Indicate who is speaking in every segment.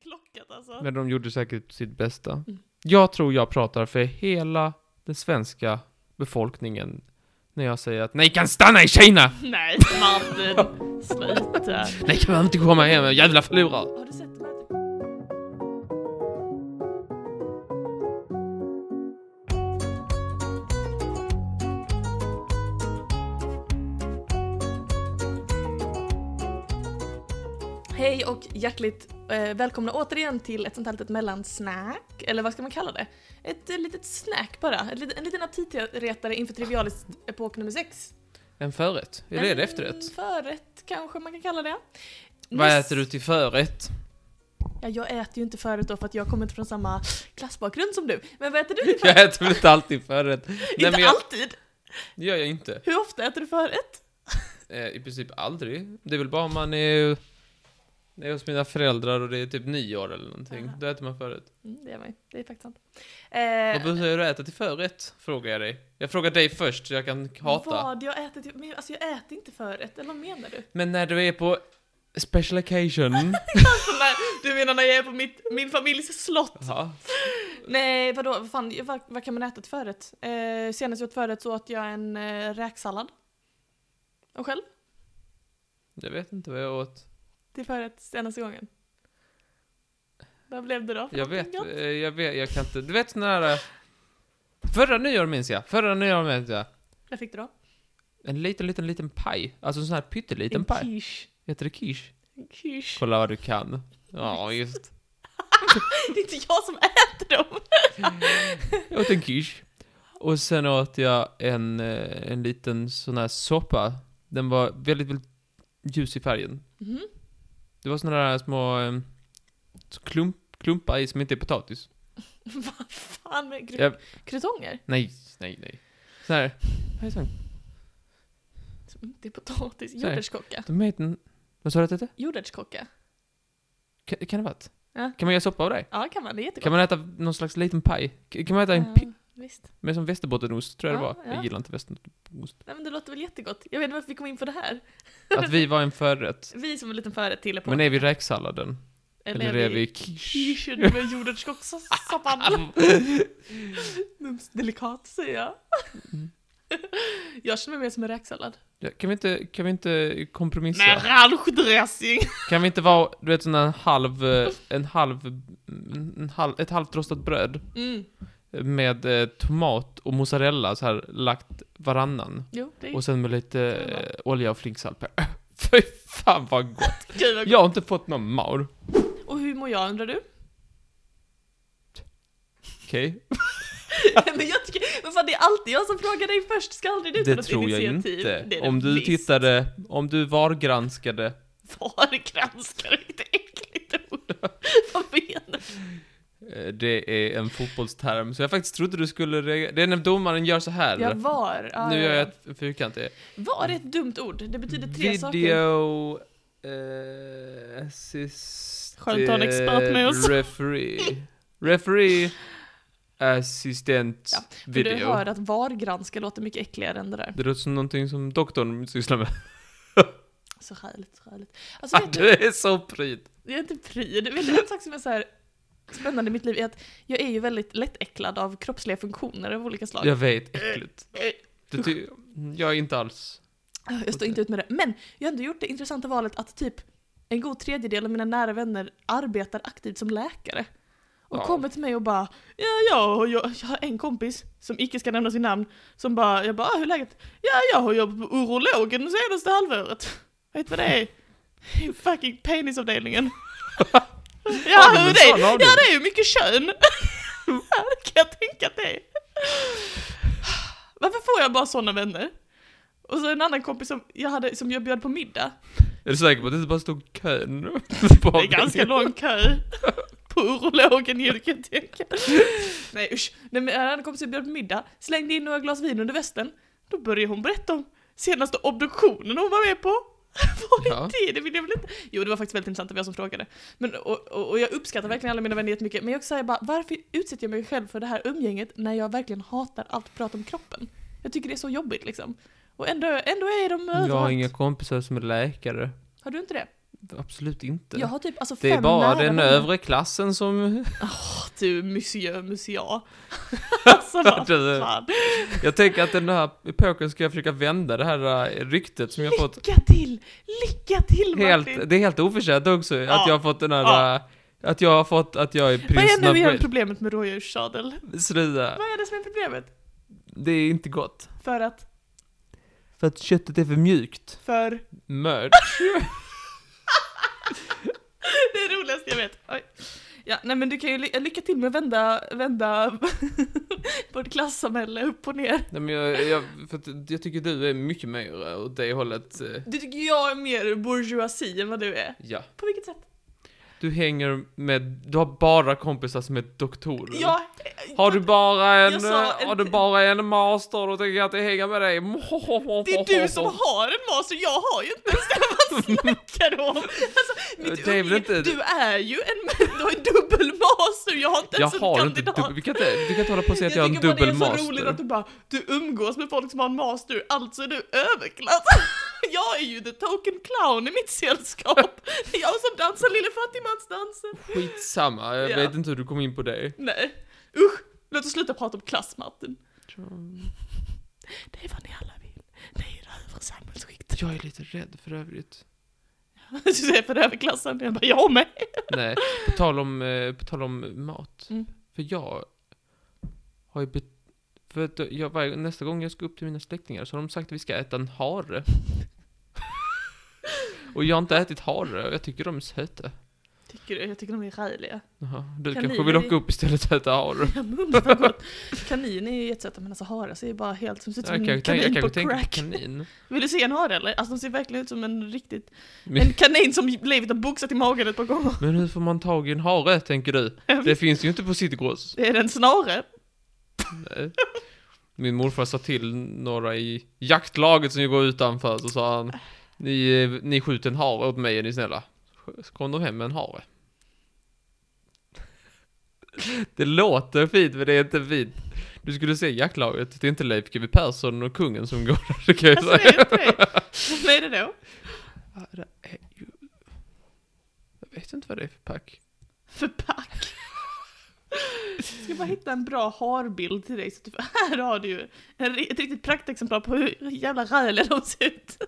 Speaker 1: plockat alltså.
Speaker 2: Men de gjorde säkert sitt bästa.
Speaker 1: Mm.
Speaker 2: Jag tror jag pratar för hela den svenska befolkningen när jag säger att nej kan stanna i Kina!
Speaker 1: Nej, Martin. Sluta.
Speaker 2: Nej kan man inte komma hem, jävla förlorare!
Speaker 1: Har du sett den här? Hej och hjärtligt eh, välkomna återigen till ett sånt här litet mellansnack, eller vad ska man kalla det? Ett eh, litet snack bara, ett, lit- en liten aptitretare inför trivialist epok nummer sex.
Speaker 2: En förrätt? Eller är det efterrätt?
Speaker 1: En Förrätt kanske man kan kalla det.
Speaker 2: Vad
Speaker 1: Nyss-
Speaker 2: äter du till förrätt?
Speaker 1: Ja, jag äter ju inte förut då för att jag kommer inte från samma klassbakgrund som du. Men vad äter du till förrätt?
Speaker 2: Jag äter väl inte alltid förrätt?
Speaker 1: inte
Speaker 2: men jag,
Speaker 1: alltid!
Speaker 2: Det gör jag inte.
Speaker 1: Hur ofta äter du förrätt?
Speaker 2: Eh, I princip aldrig. Det är väl bara om man är, är hos mina föräldrar och det är typ nyår eller någonting.
Speaker 1: Aha.
Speaker 2: Då äter man förrätt.
Speaker 1: Mm, det gör man ju. Det är faktiskt sant.
Speaker 2: Vad
Speaker 1: Eh,
Speaker 2: behöver du äta till förrätt? Frågar jag dig. Jag frågar dig först så jag kan hata.
Speaker 1: vad jag äter till... Men alltså jag äter inte förrätt, eller vad menar du?
Speaker 2: Men när du är på special occasion.
Speaker 1: Alltså, när, du menar när jag är på mitt, min familjs slott?
Speaker 2: ja.
Speaker 1: Nej, vadå? Vad, fan, vad, vad kan man äta till förrätt? Eh, senast jag åt förrätt så åt jag en eh, räksallad. Och själv?
Speaker 2: Jag vet inte vad jag åt.
Speaker 1: Till förrätt senaste gången. Vad blev det då? för
Speaker 2: Jag
Speaker 1: någonting
Speaker 2: vet,
Speaker 1: gott?
Speaker 2: eh, jag vet, jag kan inte. Du vet när... eh, Förra nyår minns jag. Förra nyår minns jag.
Speaker 1: Vad fick du då?
Speaker 2: En liten, liten, liten paj. Alltså en sån här pytteliten
Speaker 1: en
Speaker 2: paj.
Speaker 1: quiche.
Speaker 2: Heter det quiche?
Speaker 1: En quiche.
Speaker 2: Kolla vad du kan. Ja, just.
Speaker 1: Det är inte jag som äter dem!
Speaker 2: Jag åt en quiche. Och sen åt jag en, eh, en liten sån här soppa. Den var väldigt, väldigt ljus i färgen.
Speaker 1: Mhm.
Speaker 2: Det var såna där små eh, så klump, klumpar i som inte är potatis.
Speaker 1: Vad fan med gru-
Speaker 2: Jag,
Speaker 1: krutonger?
Speaker 2: nej, nej, nej. Sån här, vad heter den?
Speaker 1: Som inte är potatis.
Speaker 2: Säg.
Speaker 1: Jordärtskocka.
Speaker 2: De heter en, vad sa du att det hette?
Speaker 1: Jordärtskocka.
Speaker 2: Kan, kan det vara ett?
Speaker 1: Ja.
Speaker 2: Kan man göra soppa av det?
Speaker 1: Ja, kan man. Det är jättegott.
Speaker 2: Kan man äta någon slags liten paj? K- Kan man äta en pi-
Speaker 1: Ja, visst.
Speaker 2: med som västerbottenost, tror jag
Speaker 1: Ja,
Speaker 2: det var.
Speaker 1: ja.
Speaker 2: Jag gillar inte västerbottenost.
Speaker 1: Nej men det låter väl jättegott. Jag vet inte varför vi kom in på det här.
Speaker 2: Att vi var en förrätt.
Speaker 1: Vi som en liten förrätt till på.
Speaker 2: Men är vi räksalladen? Eller är vi quiche?
Speaker 1: Quichen med jordärtskockssoppan. Mums delikat säger jag.
Speaker 2: Mm.
Speaker 1: Jag känner mig mer som en räksallad.
Speaker 2: Ja, kan, vi inte, kan vi inte kompromissa?
Speaker 1: Med ranchdressing!
Speaker 2: Kan vi inte vara, du vet, sån här halv, eh, en halv, en halv, ett halvt rostat bröd
Speaker 1: Mm.
Speaker 2: med eh, tomat och mozzarella så här lagt varannan
Speaker 1: Jo, det är
Speaker 2: och sen med lite
Speaker 1: Det är
Speaker 2: eh, olja och flinksalt på. Fy fan vad gott!
Speaker 1: Gud, vad gott.
Speaker 2: Jag har inte fått någon maur.
Speaker 1: Och hur mår jag undrar du?
Speaker 2: Okej?
Speaker 1: men jag tycker, men fan, det är alltid jag som frågar dig först, ska aldrig du ta
Speaker 2: Det
Speaker 1: något
Speaker 2: tror jag
Speaker 1: initiativ?
Speaker 2: inte.
Speaker 1: Det är det
Speaker 2: Om du
Speaker 1: visst.
Speaker 2: tittade, om du var granskade.
Speaker 1: Var granskar vilket äckligt ord. Vad menar du?
Speaker 2: eh, Det är en fotbollsterm, så jag faktiskt trodde du skulle reagera. Det är när domaren gör så här.
Speaker 1: Ja, var. Ja,
Speaker 2: nu
Speaker 1: ja,
Speaker 2: gör
Speaker 1: ja.
Speaker 2: jag ett fyrkantigt.
Speaker 1: Var är ett dumt ord, det betyder tre
Speaker 2: Video,
Speaker 1: saker.
Speaker 2: eh, assist... eh,
Speaker 1: Skönt att ha en expert med oss.
Speaker 2: Referee. referee. Assistent.
Speaker 1: Ja, För
Speaker 2: video.
Speaker 1: du hör att var granska låter mycket äckligare än det där.
Speaker 2: Det låter som någonting som doktorn sysslar med.
Speaker 1: Så härligt, så härligt. Alltså
Speaker 2: Ah,
Speaker 1: vet
Speaker 2: du
Speaker 1: du,
Speaker 2: är så pryd.
Speaker 1: jag är inte pryd. Vet du, en sak som är så här spännande i mitt liv är att jag är ju väldigt lättäcklad av kroppsliga funktioner av olika slag.
Speaker 2: Jag vet, äckligt. Du ty- jag är inte alls...
Speaker 1: Jag står inte ut med det. Men jag har ändå gjort det intressanta valet att typ en god tredjedel av mina nära vänner arbetar aktivt som läkare. Och
Speaker 2: Ja.
Speaker 1: kommer till mig och bara ja, ja, och jag, jag har en kompis som icke ska nämna sin namn som bara, jag bara, "Ah, hur är läget? Ja, jag har jobbat på urologen det senaste halvåret. Vet vad det är? I Fucking penisavdelningen. ja,
Speaker 2: Har du
Speaker 1: hur
Speaker 2: en
Speaker 1: det är?
Speaker 2: sån
Speaker 1: Ja,
Speaker 2: avdelning?
Speaker 1: det är ju mycket kön. Ja, det kan jag tänka att det är. Varför får jag bara sådana vänner? Och så en annan kompis som jag, hade, som jag bjöd på middag.
Speaker 2: Är du säker på att det inte bara stod kön?
Speaker 1: Det är ganska lång kö. På urologen ju, det kan jag tänka. Nej usch. Nej, men en annan kompis jag bjöd på middag, slängde in några glas vin under västen. Då började hon berätta om senaste obduktionen hon var med på. Var
Speaker 2: Ja.
Speaker 1: inte det? Det vill jag väl inte? Jo, det var faktiskt väldigt intressant, det var jag som frågade. Men, och, och, och jag uppskattar verkligen alla mina vänner jättemycket, men jag säger bara, varför utsätter jag mig själv för det här umgänget när jag verkligen hatar allt prat om kroppen? Jag tycker det är så jobbigt liksom. Och ändå, ändå är de
Speaker 2: Jag
Speaker 1: överallt.
Speaker 2: har inga kompisar som är läkare.
Speaker 1: Har du inte det?
Speaker 2: Absolut inte.
Speaker 1: Jag har typ alltså fem
Speaker 2: det är bara
Speaker 1: nära
Speaker 2: den
Speaker 1: vänner.
Speaker 2: övre klassen som...
Speaker 1: Du, Typ monsieur, monsieur. alltså vad
Speaker 2: Du-
Speaker 1: fan.
Speaker 2: Jag tänker att den här pokern ska jag försöka vända det här eh, ryktet som jag fått.
Speaker 1: Lycka till! Lycka till Martin!
Speaker 2: Helt, det är helt oförtjänt också
Speaker 1: Ja.
Speaker 2: att jag har fått den här...
Speaker 1: Ja.
Speaker 2: eh, Att jag har fått att jag är
Speaker 1: Vad
Speaker 2: prins
Speaker 1: är nu igen
Speaker 2: Nobel.
Speaker 1: problemet med rådjurssadel?
Speaker 2: Sluta.
Speaker 1: Vad är det som är problemet?
Speaker 2: Det är inte gott.
Speaker 1: För att,
Speaker 2: För att köttet är för mjukt.
Speaker 1: för...
Speaker 2: Mörd.
Speaker 1: Det är roligast jag vet. Oj. Ja, nej men du kan ju ly- lycka till med att vända, vända vårt klassamhälle upp och ner.
Speaker 2: Nej, men jag, jag, för att jag tycker du är mycket mer åt det hållet. eh,
Speaker 1: Du tycker jag är mer bourgeoisie än vad du är.
Speaker 2: Ja.
Speaker 1: På vilket sätt?
Speaker 2: Du hänger med, du har bara kompisar som är doktorer.
Speaker 1: Jag...
Speaker 2: Har du bara en, eh,
Speaker 1: jag sa en-
Speaker 2: har du bara en master och tänker jag att jag hänger med dig?
Speaker 1: Det är du som har en master, jag har ju inte ens det. Vad snackar du om? Alltså, mitt
Speaker 2: Det är väl
Speaker 1: umgänge-
Speaker 2: inte-
Speaker 1: Du är ju en... Du har en dubbel master, jag har inte
Speaker 2: Jag
Speaker 1: ens en
Speaker 2: har inte
Speaker 1: kandidat.
Speaker 2: dubbel, vi kan inte, vi kan inte hålla på och säga att jag, har en
Speaker 1: tycker bara
Speaker 2: dubbel
Speaker 1: det är så roligt
Speaker 2: master.
Speaker 1: att du bara, du umgås med folk som har en master, alltså är du överklass. Jag är ju the token clown i mitt sällskap. Det är jag som dansar lille fattigmansdansen.
Speaker 2: Skitsamma, jag
Speaker 1: Ja.
Speaker 2: vet inte hur du kom in på det.
Speaker 1: Nej, usch. Låt oss sluta prata om klass, Martin. Det är vad ni alla vill. Ni är det övre samhällsskiktet.
Speaker 2: Jag är lite rädd för övrigt.
Speaker 1: Du säger för överklassen, jag bara, jag med.
Speaker 2: Nej, på tal om, eh, på tal om mat.
Speaker 1: Mm.
Speaker 2: För jag har ju bet- för att jag, varje- nästa gång jag ska upp till mina släktingar så har de sagt att vi ska äta en hare. och jag har inte ätit hare och jag tycker de är söta.
Speaker 1: Tycker du? Jag tycker de är räliga.
Speaker 2: Jaha, du
Speaker 1: Kaniner
Speaker 2: kanske vill
Speaker 1: är-
Speaker 2: åka upp istället och äta hare?
Speaker 1: Jag mumlar vad gott. Kanin är ju jättesöta, men alltså hare ser ju bara helt som ser ut som
Speaker 2: Jag
Speaker 1: en
Speaker 2: kanske tänker- jag
Speaker 1: kanin på
Speaker 2: kanske tänker på
Speaker 1: crack.
Speaker 2: kanin.
Speaker 1: Vill du se en hare eller? Alltså de ser verkligen ut som en riktigt...
Speaker 2: Men-
Speaker 1: En kanin som blivit en boxat i magen ett par gånger.
Speaker 2: Men hur får man tag i en hare, tänker du? Det finns ju inte på Citygross.
Speaker 1: Det är den snarare.
Speaker 2: Nej. Min morfar sa till några i jaktlaget som ju går utanför, så sa han Ni, eh, ni skjuter en hare åt mig, är ni snälla. Så kom de hem med en hare. Det låter fint, men det är inte fint. Du skulle se jaktlaget, det är inte Leif GW Persson och kungen som går där, det kan jag
Speaker 1: Alltså det är
Speaker 2: säga.
Speaker 1: inte det. Vad är det då?
Speaker 2: Vad är ju- Jag vet inte vad det är för pack.
Speaker 1: För pack. Jag ska bara hitta en bra harbild till dig. Så att du, här har du ju en, ri- ett riktigt praktexemplar på hur jävla räliga de ser ut.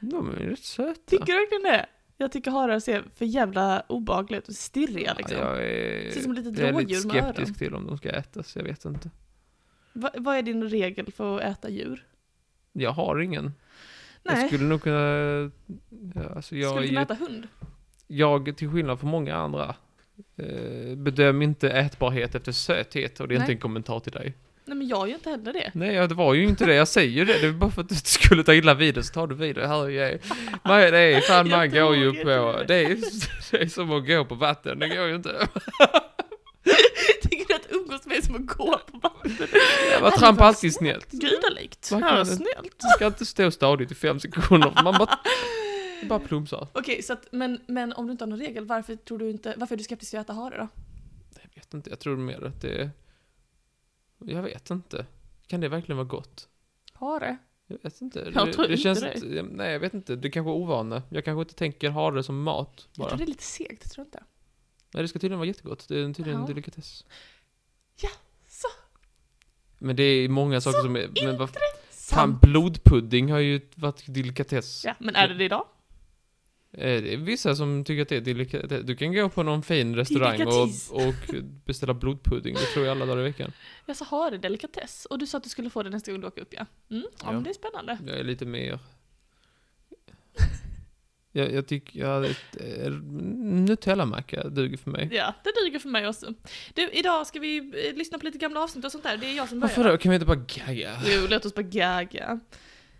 Speaker 2: De är rätt söta.
Speaker 1: Tycker du verkligen det? Jag tycker harar ser för jävla obehagliga ut och stirriga liksom.
Speaker 2: Ja, jag är,
Speaker 1: Ser ut som ett litet
Speaker 2: jag är
Speaker 1: rådjur
Speaker 2: lite
Speaker 1: med öron.
Speaker 2: skeptisk till om de ska ätas, jag vet inte.
Speaker 1: Va, vad är din regel för att äta djur?
Speaker 2: Jag har ingen. Jag
Speaker 1: Nej,
Speaker 2: skulle nog kunna... ja, Alltså
Speaker 1: skulle
Speaker 2: jag, är
Speaker 1: du kunna
Speaker 2: ju-
Speaker 1: äta hund?
Speaker 2: jag, till skillnad från många andra, eh, bedöm inte ätbarhet efter söthet och det är inte
Speaker 1: Nej.
Speaker 2: en kommentar till dig.
Speaker 1: Nej men jag gör inte heller det.
Speaker 2: Nej, ja, det var ju inte det. Jag säger det. Det var bara för att du inte skulle ta illa vid det, så tar du vid det. Här är jag. Man, det är fan, man
Speaker 1: Jag
Speaker 2: går
Speaker 1: tog
Speaker 2: ju
Speaker 1: inte
Speaker 2: på...
Speaker 1: det.
Speaker 2: Det är, det är som att gå på vatten. Det går ju inte.
Speaker 1: Tycker du att umgås med är som att gå på vatten?
Speaker 2: Man trampar alltid snällt.
Speaker 1: Gudalikt.
Speaker 2: Man
Speaker 1: Ja,
Speaker 2: kan-
Speaker 1: snällt.
Speaker 2: Man ska inte stå stadigt i fem sekunder, för man bara, det bara plumsar.
Speaker 1: Okej, så att, men, men om du inte har någon regel, varför tror du inte, varför är du skeptisk till att äta hare då?
Speaker 2: Jag vet inte, jag tror mer att det är... Jag vet inte. Kan det verkligen vara gott?
Speaker 1: Hare?
Speaker 2: Jag vet inte.
Speaker 1: Jag
Speaker 2: det,
Speaker 1: tror
Speaker 2: det
Speaker 1: inte
Speaker 2: känns,
Speaker 1: det.
Speaker 2: Nej, jag vet inte. Det kanske är ovana. Jag kanske inte tänker ha det som mat
Speaker 1: Jag
Speaker 2: bara.
Speaker 1: tror det är lite segt, jag tror du inte?
Speaker 2: Nej, det ska tydligen vara jättegott. Det är tydligen en
Speaker 1: Ja.
Speaker 2: delikatess.
Speaker 1: Ja, så.
Speaker 2: Men det är många saker som är... Men vad fan,
Speaker 1: Sant.
Speaker 2: blodpudding har ju varit delikatess.
Speaker 1: Ja, men är det det idag?
Speaker 2: Eh, Det är vissa som tycker att det är delikatess. Du kan gå på någon fin restaurang
Speaker 1: Delikatess.
Speaker 2: och, och beställa blodpudding. Det tror jag alla dagar i veckan.
Speaker 1: Jag sa hare delikatess, och du sa att du skulle få det nästa gång du åker upp ja. Mm, ja,
Speaker 2: Ja.
Speaker 1: men det är spännande.
Speaker 2: Jag är lite mer... Jag, jag tycker, jag hade ett, eh, Nutellamacka duger för mig.
Speaker 1: Ja, det duger för mig också. Du, idag ska vi eh, lyssna på lite gamla avsnitt och sånt där, det är jag som börjar.
Speaker 2: Varför då? Kan vi inte bara gagga?
Speaker 1: Jo, låt oss bara gaga.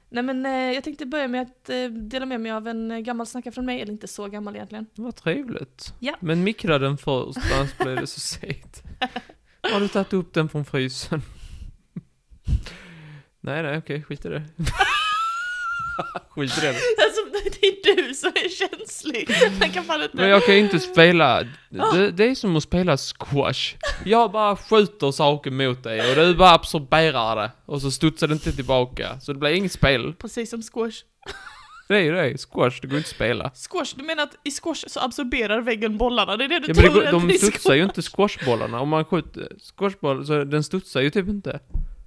Speaker 1: Nej men eh, jag tänkte börja med att eh, dela med mig av en eh, gammal snacka från mig, eller inte så gammal egentligen.
Speaker 2: Vad trevligt.
Speaker 1: Ja.
Speaker 2: Men mikra den först, annars blir det så segt. Har du tagit upp den från frysen? Nej, nej, okej, skit i det. skit i det.
Speaker 1: Alltså det är du som är känslig. Han kan fan inte...
Speaker 2: Men jag kan ju inte spela, det, det är som att spela squash. Jag bara skjuter saker mot dig och du bara absorberar det. Och så studsar det inte tillbaka. Så det blir inget spel.
Speaker 1: Precis som squash.
Speaker 2: Det är ju det, squash, det går ju inte att spela.
Speaker 1: Squash, du menar att i squash så absorberar väggen bollarna? Det är det du
Speaker 2: Ja, men det
Speaker 1: tror?
Speaker 2: går,
Speaker 1: att
Speaker 2: de
Speaker 1: det är
Speaker 2: studsar
Speaker 1: squash?
Speaker 2: ju inte squashbollarna. Om man skjuter squashboll, så den studsar ju typ inte.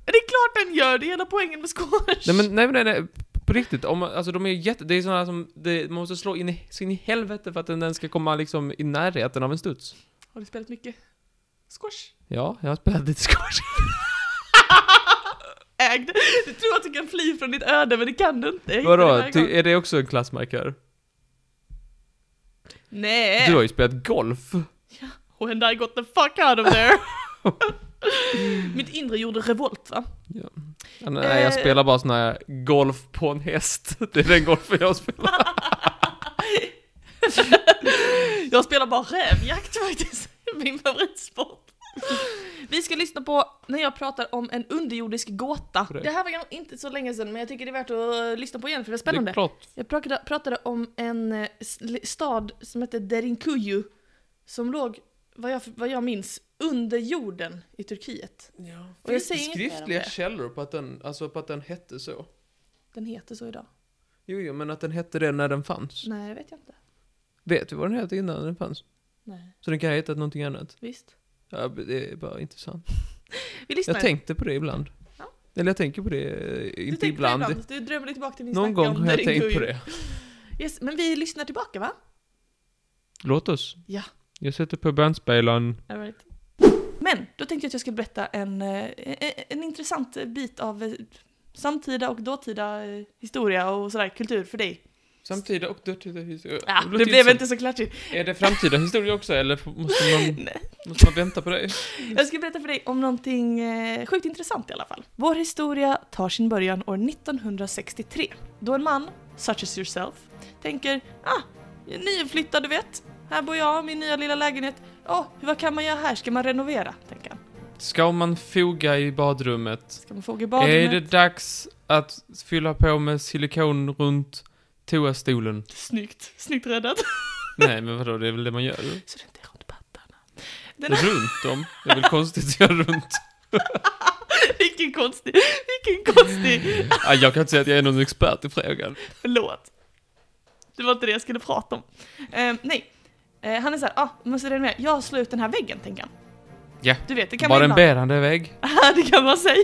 Speaker 1: Det är klart den gör, det är hela poängen med squash!
Speaker 2: Nej men, nej men, nej, nej. På riktigt, om, man- alltså de är jätte, det är sådana som, det, man måste slå in i, så in i helvete för att den ens ska komma liksom i närheten av en studs.
Speaker 1: Har du spelat mycket squash?
Speaker 2: Ja, jag har spelat lite squash.
Speaker 1: Ägd! Du tror att du kan fly från ditt öde, men det kan du inte. Jag hittar det
Speaker 2: Vadå,
Speaker 1: varje gång.
Speaker 2: ty, är det också en klassmarkör?
Speaker 1: Nej!
Speaker 2: Du har ju spelat golf.
Speaker 1: When I got the fuck out of there! Mitt inre gjorde revolt va?
Speaker 2: Ja, Nej, jag
Speaker 1: Eh.
Speaker 2: spelar bara sån här golf på en häst. Det är den golfen jag spelar.
Speaker 1: Jag spelar bara rävjakt faktiskt, min favoritsport. Vi ska lyssna på när jag pratar om en underjordisk gåta.
Speaker 2: Korrekt.
Speaker 1: Det här var ganska- inte så länge sedan men jag tycker det är värt att eh, lyssna på igen för det är
Speaker 2: Det
Speaker 1: spännande.
Speaker 2: är klart.
Speaker 1: Jag pratade, pratade om en eh, sl- stad som hette Derinkuyu som låg, vad jag, vad jag minns, under jorden i Turkiet.
Speaker 2: Ja.
Speaker 1: Och jag säger inget mer om
Speaker 2: Skriftliga
Speaker 1: det.
Speaker 2: källor på att den, alltså på att den hette så.
Speaker 1: Den heter så idag.
Speaker 2: Jo, jo, men att den hette det när den fanns.
Speaker 1: Nej, det vet jag inte.
Speaker 2: Vet du vad den hette innan den fanns?
Speaker 1: Nej,
Speaker 2: Så den kan ha hetat någonting annat.
Speaker 1: visst.
Speaker 2: Ja, det är bara intressant.
Speaker 1: Vi lyssnar.
Speaker 2: Jag tänkte på det ibland.
Speaker 1: Ja.
Speaker 2: Eller jag tänker på det, eh,
Speaker 1: du
Speaker 2: inte
Speaker 1: tänker på det
Speaker 2: ibland.
Speaker 1: ibland. Du drömmer dig tillbaka till din
Speaker 2: Någon gång har jag tänkt på det.
Speaker 1: Yes, men vi lyssnar tillbaka va?
Speaker 2: Låt oss.
Speaker 1: Ja.
Speaker 2: Jag sätter på bandspelaren.
Speaker 1: All right. Men, då tänkte jag att jag skulle berätta en, eh, eh, en intressant eh, bit av eh, samtida och dåtida eh, historia och sådär, kultur för dig.
Speaker 2: Samtida och dåtida historia.
Speaker 1: Ja,
Speaker 2: låter
Speaker 1: det blev
Speaker 2: som-
Speaker 1: inte så klatschigt.
Speaker 2: Är det framtida historia också, eller f- måste man,
Speaker 1: Nej.
Speaker 2: måste man vänta på det?
Speaker 1: Jag ska berätta för dig om någonting eh, sjukt intressant i alla fall. Vår historia tar sin början år 1963 då en man, such as yourself, tänker ah, jag är nyinflyttad du vet, här bor jag, min nya lilla lägenhet, ja, vad kan man göra här, ska man renovera? tänker han.
Speaker 2: Ska man foga i badrummet?
Speaker 1: Ska man fråga i
Speaker 2: Är
Speaker 1: badrummet?
Speaker 2: det dags att fylla på med silikon runt toastolen?
Speaker 1: Snyggt, snyggt räddat.
Speaker 2: Nej, men vadå, det är väl det man gör?
Speaker 1: Så det inte är runt pattarna.
Speaker 2: Runt dem? Det är väl konstigt att göra runt?
Speaker 1: Vilken konstig, vilken konstig,
Speaker 2: Ah, jag kan inte säga att jag är någon expert i frågan.
Speaker 1: förlåt. Det var inte det jag skulle prata om. Eh, nej, Eh, han är såhär, ah, måste renovera, jag slår ut den här väggen tänker han.
Speaker 2: Ja.
Speaker 1: Du vet, det kan
Speaker 2: Var
Speaker 1: man
Speaker 2: det en
Speaker 1: ibland.
Speaker 2: bärande vägg?
Speaker 1: Ja, det kan man säga.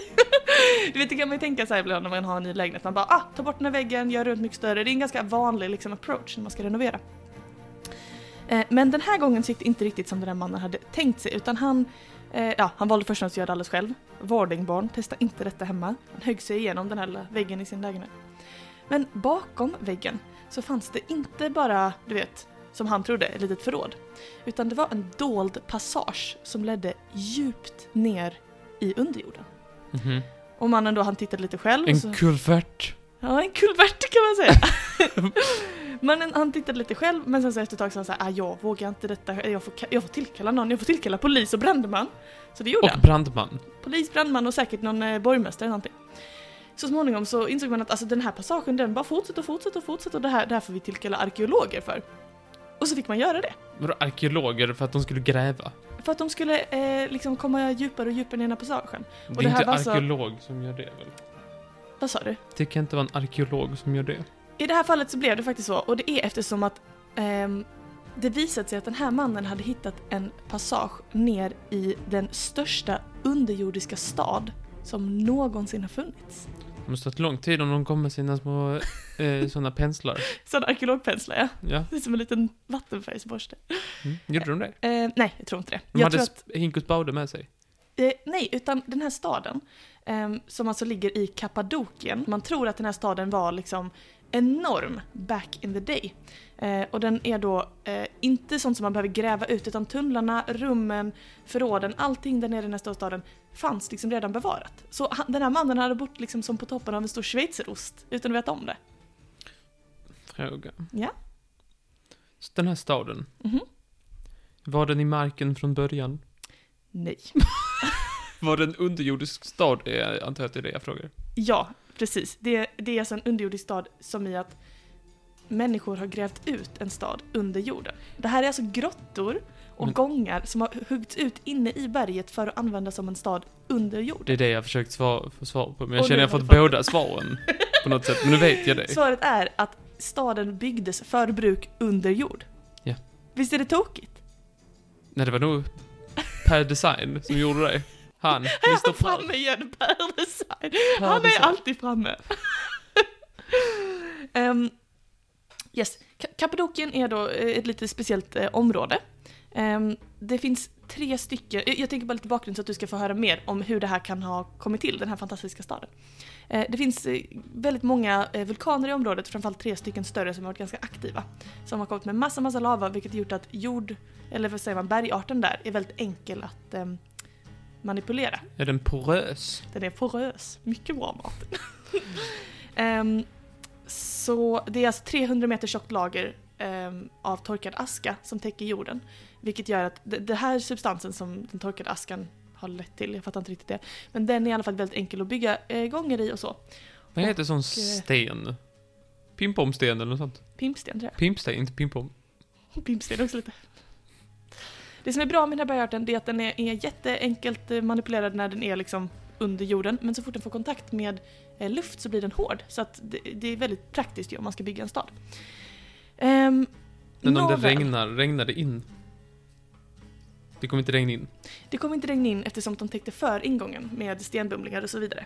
Speaker 1: Du vet, det kan man ju tänka sig ibland när man har en ny lägenhet. Man bara, ah, ta bort den här väggen, gör runt mycket större. Det är en ganska vanlig liksom, approach när man ska renovera. Eh, Men den här gången så gick det inte riktigt som den här mannen hade tänkt sig utan han, eh, ja, han valde först och främst att göra det alldeles själv. Vardingbarn, testa inte detta hemma. Han högg sig igenom den här lilla väggen i sin lägenhet. Men bakom väggen så fanns det inte bara, du vet, som han trodde, ett litet förråd. Utan det var en dold passage som ledde djupt ner i underjorden.
Speaker 2: Mhm.
Speaker 1: Och mannen då, han tittade lite själv. och så...
Speaker 2: En kulvert.
Speaker 1: Ja, en kulvert kan man säga. Mannen han tittade lite själv men sen så efter ett tag så han sa ah, jag vågar inte detta, jag får, ka- jag får tillkalla någon, jag får tillkalla polis och brandman. Så det gjorde
Speaker 2: Och
Speaker 1: han.
Speaker 2: brandman.
Speaker 1: Polis, brandman och säkert någon eh, borgmästare eller någonting. Så småningom så insåg man att alltså, den här passagen den bara fortsätter och fortsätter och fortsätter och det här, det här får vi tillkalla arkeologer för. Och så fick man göra det.
Speaker 2: Vadå arkeologer för att de skulle gräva?
Speaker 1: För att de skulle eh, liksom komma djupare och djupare ner i den här passagen.
Speaker 2: Det
Speaker 1: det
Speaker 2: är
Speaker 1: här
Speaker 2: inte
Speaker 1: var alltså-
Speaker 2: arkeolog som gör det väl?
Speaker 1: Vad sa du?
Speaker 2: Det kan inte vara en arkeolog som gör det.
Speaker 1: I det här fallet så blev det faktiskt så och det är eftersom att ehm, det visat sig att den här mannen hade hittat en passage ner i den största underjordiska stad som någonsin har funnits.
Speaker 2: Det måste ha tagit lång tid om de kom med sina små eh, sådana penslar.
Speaker 1: Sån arkeologpenslar ja,
Speaker 2: Ja.
Speaker 1: det är som en liten vattenfärgsborste.
Speaker 2: Mm. Gjorde de det?
Speaker 1: Eh, nej, jag tror inte det.
Speaker 2: De
Speaker 1: jag
Speaker 2: hade
Speaker 1: tror att,
Speaker 2: sp- Hinkus Baude med sig.
Speaker 1: eh, nej, utan den här staden ehm, som alltså ligger i Kappadokien, man tror att den här staden var liksom enorm back in the day. Eh, och den är då eh, inte sånt som man behöver gräva ut utan tunnlarna, rummen, förråden, allting där nere i den här stora staden fanns liksom redan bevarat. Så han, den här mannen hade bott liksom som på toppen av en stor schweizerost utan att veta om det.
Speaker 2: Fråga.
Speaker 1: Ja.
Speaker 2: Så den här staden,
Speaker 1: Mhm.
Speaker 2: var den i marken från början?
Speaker 1: Nej.
Speaker 2: Var den underjordisk stad? Jag antar att det är det jag frågar.
Speaker 1: Ja, precis. Det, det är alltså en underjordisk stad som i att människor har grävt ut en stad under jorden. Det här är alltså grottor och
Speaker 2: Men-
Speaker 1: gångar som har huggts ut inne i berget för att användas som en stad under jorden.
Speaker 2: Det är det jag har försökt svara, få svar på, men jag
Speaker 1: Och
Speaker 2: känner
Speaker 1: nu
Speaker 2: jag
Speaker 1: har
Speaker 2: fått
Speaker 1: du fått
Speaker 2: båda svaren på något sätt. Men nu vet jag det.
Speaker 1: Svaret är att staden byggdes för bruk under jord.
Speaker 2: Ja.
Speaker 1: Visst är det tokigt?
Speaker 2: Nej, det var nog Per Design som gjorde det. Han, Mr.
Speaker 1: Han
Speaker 2: Per.
Speaker 1: framme igen, Per Design.
Speaker 2: Per
Speaker 1: Han är
Speaker 2: Design.
Speaker 1: alltid framme. Ehm, yes. Ka- Kappadokien är då eh, ett lite speciellt eh, område. Ehm, det finns tre stycken, eh, jag, jag tänker bara lite bakgrund så att du ska få höra mer om hur det här kan ha kommit till, den här fantastiska staden. Eh, det finns eh, väldigt många eh, vulkaner i området, framförallt tre stycken större som har varit ganska aktiva. Som har kommit med massa, massa lava vilket har gjort att jord, eller vad säger man, bergarten där är väldigt enkel att ehm, manipulera.
Speaker 2: Är den porös?
Speaker 1: Den är porös. Mycket bra Martin. Ehm, så det är alltså 300 meter tjockt lager ehm, av torkad aska som täcker jorden. Vilket gör att det, det här substansen som den torkade askan har lett till, jag fattar inte riktigt det. Men den är i alla fall väldigt enkel att bygga eh, gånger i och så.
Speaker 2: Vad heter sån
Speaker 1: eh,
Speaker 2: sten? Pimpomsten eller något sånt?
Speaker 1: Pimpsten tror
Speaker 2: Pimpsten, inte pimpom.
Speaker 1: jag. Pimpsten också lite. Det som är bra med den här bergarten det är att den är, är jätteenkelt eh, manipulerad när den är liksom under jorden. Men så fort den får kontakt med eh, luft så blir den hård. Så att det, det är väldigt praktiskt ju om man ska bygga en stad. Ehm,
Speaker 2: Men om det
Speaker 1: nåväl.
Speaker 2: regnar, regnar det in? Det kommer inte regna in.
Speaker 1: Det kom inte regna in eftersom de täckte för ingången med stenbumlingar och så vidare.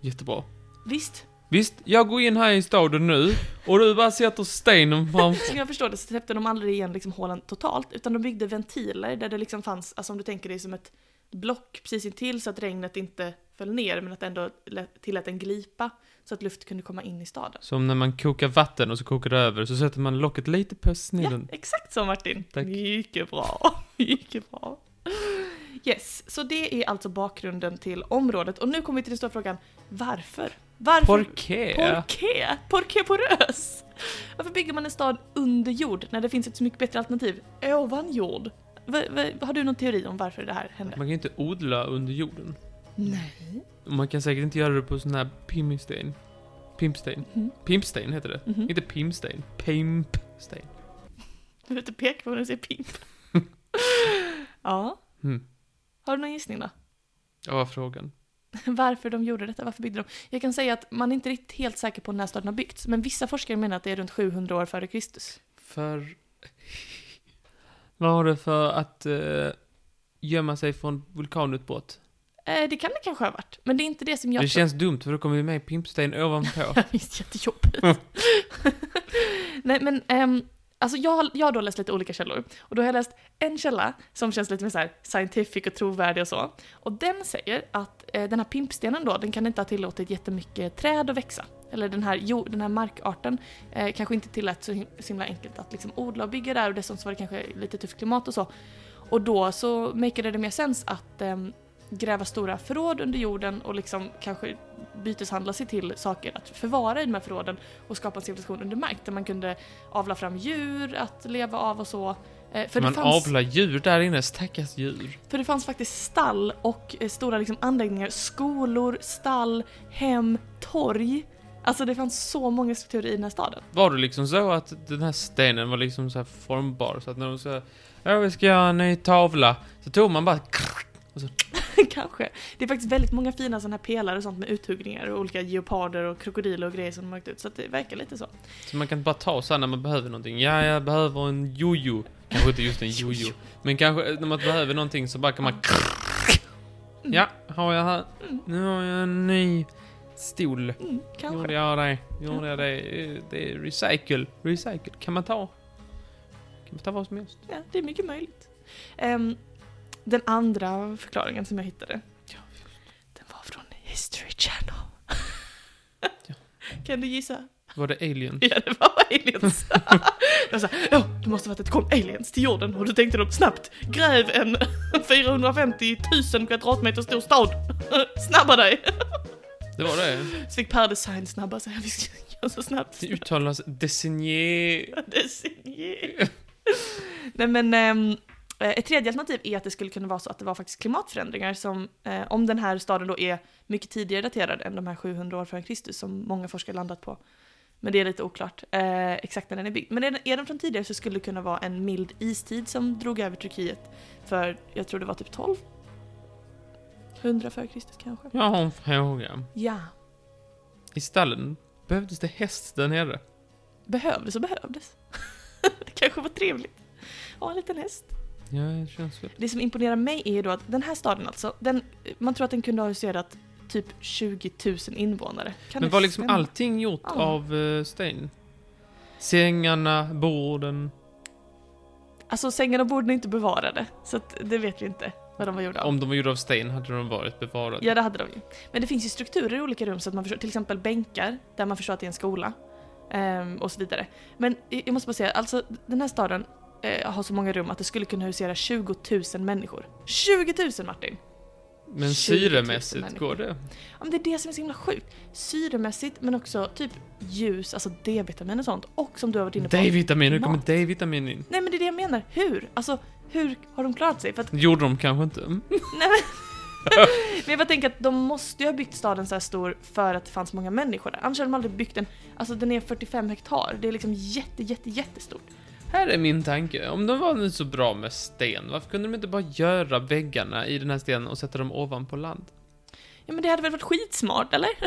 Speaker 2: Jättebra.
Speaker 1: Visst,
Speaker 2: Visst, jag går in här i staden nu och du bara sätter stenen framför.
Speaker 1: som jag förstår det så täppte de aldrig igen liksom hålen totalt utan de byggde ventiler där det liksom fanns, alltså om du tänker dig som ett block precis intill så att regnet inte föll ner men att ändå lät- tillät en glipa så att luft kunde komma in i staden.
Speaker 2: Som när man kokar vatten och så kokar det över, så sätter man locket lite på
Speaker 1: Ja,
Speaker 2: snedden.
Speaker 1: exakt så Martin.
Speaker 2: Tack.
Speaker 1: Mycket bra. Mycket bra. Yes, så det är alltså bakgrunden till området och nu kommer vi till den stora frågan, varför? Varför?
Speaker 2: Porqué?
Speaker 1: Porqué? Porqué porös? Varför bygger man en stad under jord när det finns ett så mycket bättre alternativ ovan jord? V- v- har du någon teori om varför det här hände?
Speaker 2: Man kan ju inte odla under jorden.
Speaker 1: Nej.
Speaker 2: Och Man kan säkert inte göra det på sån här pimmisten. Pimpsten.
Speaker 1: Mhm.
Speaker 2: Pimpsten heter det.
Speaker 1: Mhm.
Speaker 2: Inte pimsten. Pimpsten.
Speaker 1: Du behöver inte peka på när du säger pimp. ja.
Speaker 2: Mm.
Speaker 1: Har du någon gissning då?
Speaker 2: Ja, vad var frågan?
Speaker 1: Varför de gjorde detta? Varför byggde de? Jag kan säga att man är inte riktigt helt säker på när staden har byggts, men vissa forskare menar att det är runt 700 år före Kristus.
Speaker 2: För... vad har det för att eh, gömma sig från vulkanutbrott?
Speaker 1: Eh, det kan det kanske ha varit, men det är inte det som jag
Speaker 2: det
Speaker 1: tror.
Speaker 2: känns dumt för då kommer vi med i pimpsten ovanpå.
Speaker 1: Visst, jättejobbigt. Nej men, ehm, alltså jag, har- jag har då läst lite olika källor. Och då har jag läst en källa som känns lite mer så här scientific och trovärdig och så. Och den säger att eh, den här pimpstenen då, den kan inte ha tillåtit jättemycket träd att växa. Eller den här, jo, den här markarten eh, kanske inte tillät så him- så himla enkelt att liksom odla och bygga där och dessutom så var det kanske lite tufft klimat och så. Och då så makade det mer sens att ehm, gräva stora förråd under jorden och liksom kanske byteshandla sig till saker att förvara i de här förråden och skapa en civilisation under mark där man kunde avla fram djur att leva av och så. Eh, för,
Speaker 2: man
Speaker 1: det fanns,
Speaker 2: avlar djur där inne, stackars djur.
Speaker 1: för det fanns faktiskt stall och eh, stora liksom, anläggningar, skolor, stall, hem, torg. Alltså det fanns så många strukturer i den här staden.
Speaker 2: Var det liksom så att den här stenen var liksom så här formbar så att när de sa ja vi ska göra en ny tavla så tog man bara
Speaker 1: Kanske. Det är faktiskt väldigt många fina sådana här pelare och sånt med uthuggningar och olika geoparder och krokodiler och grejer som de har lagt ut. Så att det verkar lite så.
Speaker 2: så man kan bara ta så här när man behöver någonting. Ja, jag behöver en jojo. Kanske inte just en jojo, men kanske när man behöver någonting så bara kan man Ja, har jag här. Nu har jag en ny stol.
Speaker 1: Mm, kanske.
Speaker 2: Gjorde jag det? Gjorde jag det? Eh, Det är recycle. Recycle. Kan man ta? Kan man ta vad som helst?
Speaker 1: Ja, det är mycket möjligt. Ehm, den andra förklaringen som jag hittade, den var från History Channel.
Speaker 2: Ja.
Speaker 1: Kan du gissa?
Speaker 2: Var det alien?
Speaker 1: Ja, det var aliens. jag sa, ja, det måste varit att det kom aliens till jorden och då tänkte de snabbt, gräv en 450 000 kvadratmeter stor stad. Snabba dig!
Speaker 2: Det var det.
Speaker 1: Så fick Per Design snabba sig, vi ska göra så snabbt.
Speaker 2: Det uttalas designé...
Speaker 1: Designé. Nej men, ehm, ett tredje alternativ är att det skulle kunna vara så att det var faktiskt klimatförändringar som, eh, om den här staden då är mycket tidigare daterad än de här 700 år före Kristus som många forskare landat på. Men det är lite oklart eh, exakt när den är byggd. Men är den- är den från tidigare så skulle det kunna vara en mild istid som drog över Turkiet för, jag tror det var typ 12? 100 före Kristus kanske?
Speaker 2: Jag har en fråga.
Speaker 1: Ja.
Speaker 2: I stallen behövdes det häst där nere?
Speaker 1: behövdes och behövdes. det kanske var trevligt. Ha en liten häst.
Speaker 2: Ja, det känns väl.
Speaker 1: Det som imponerar mig är ju då att den här staden alltså, den, man tror att den kunde ha huserat typ 20 000 invånare. Kan
Speaker 2: Men
Speaker 1: det
Speaker 2: var liksom
Speaker 1: stämma?
Speaker 2: allting gjort
Speaker 1: Ja.
Speaker 2: av eh, sten? Sängarna, borden.
Speaker 1: Alltså sängarna borde ni inte bevara det, så att, det vet vi inte vad de var gjorda av.
Speaker 2: Om de var gjorda av sten hade de varit bevarade.
Speaker 1: Ja, det hade de ju. Men det finns ju strukturer i olika rum, så att man förstår, till exempel bänkar, där man förstår att det är en skola. ehm, och så vidare. Men jag jag måste bara säga, alltså den här staden eh, har så många rum att det skulle kunna husera 20 000 människor. 20 000 Martin!
Speaker 2: Men
Speaker 1: 20 000
Speaker 2: syremässigt
Speaker 1: människor.
Speaker 2: går det.
Speaker 1: Ja, men det är det som är så himla sjukt. Syremässigt, men också typ ljus, alltså D-vitamin och sånt. Och som du har varit inne på.
Speaker 2: D-vitamin, hur kommer
Speaker 1: Mat.
Speaker 2: D-vitamin in?
Speaker 1: Nej men det är det jag menar, hur? Alltså, hur har de klarat sig? För att
Speaker 2: Det gjorde de kanske inte. Mm.
Speaker 1: Nej, men, men jag bara tänker att de måste ju ha byggt staden så här stor för att det fanns många människor där. Annars hade de aldrig byggt den. Alltså den är 45 hektar. Det är liksom jätte, jätte, jättestort.
Speaker 2: Här är min tanke. Om de var nu så bra med sten, varför kunde de inte bara göra väggarna i den här stenen och sätta dem ovanpå land?
Speaker 1: Ja men det hade väl varit skitsmart eller?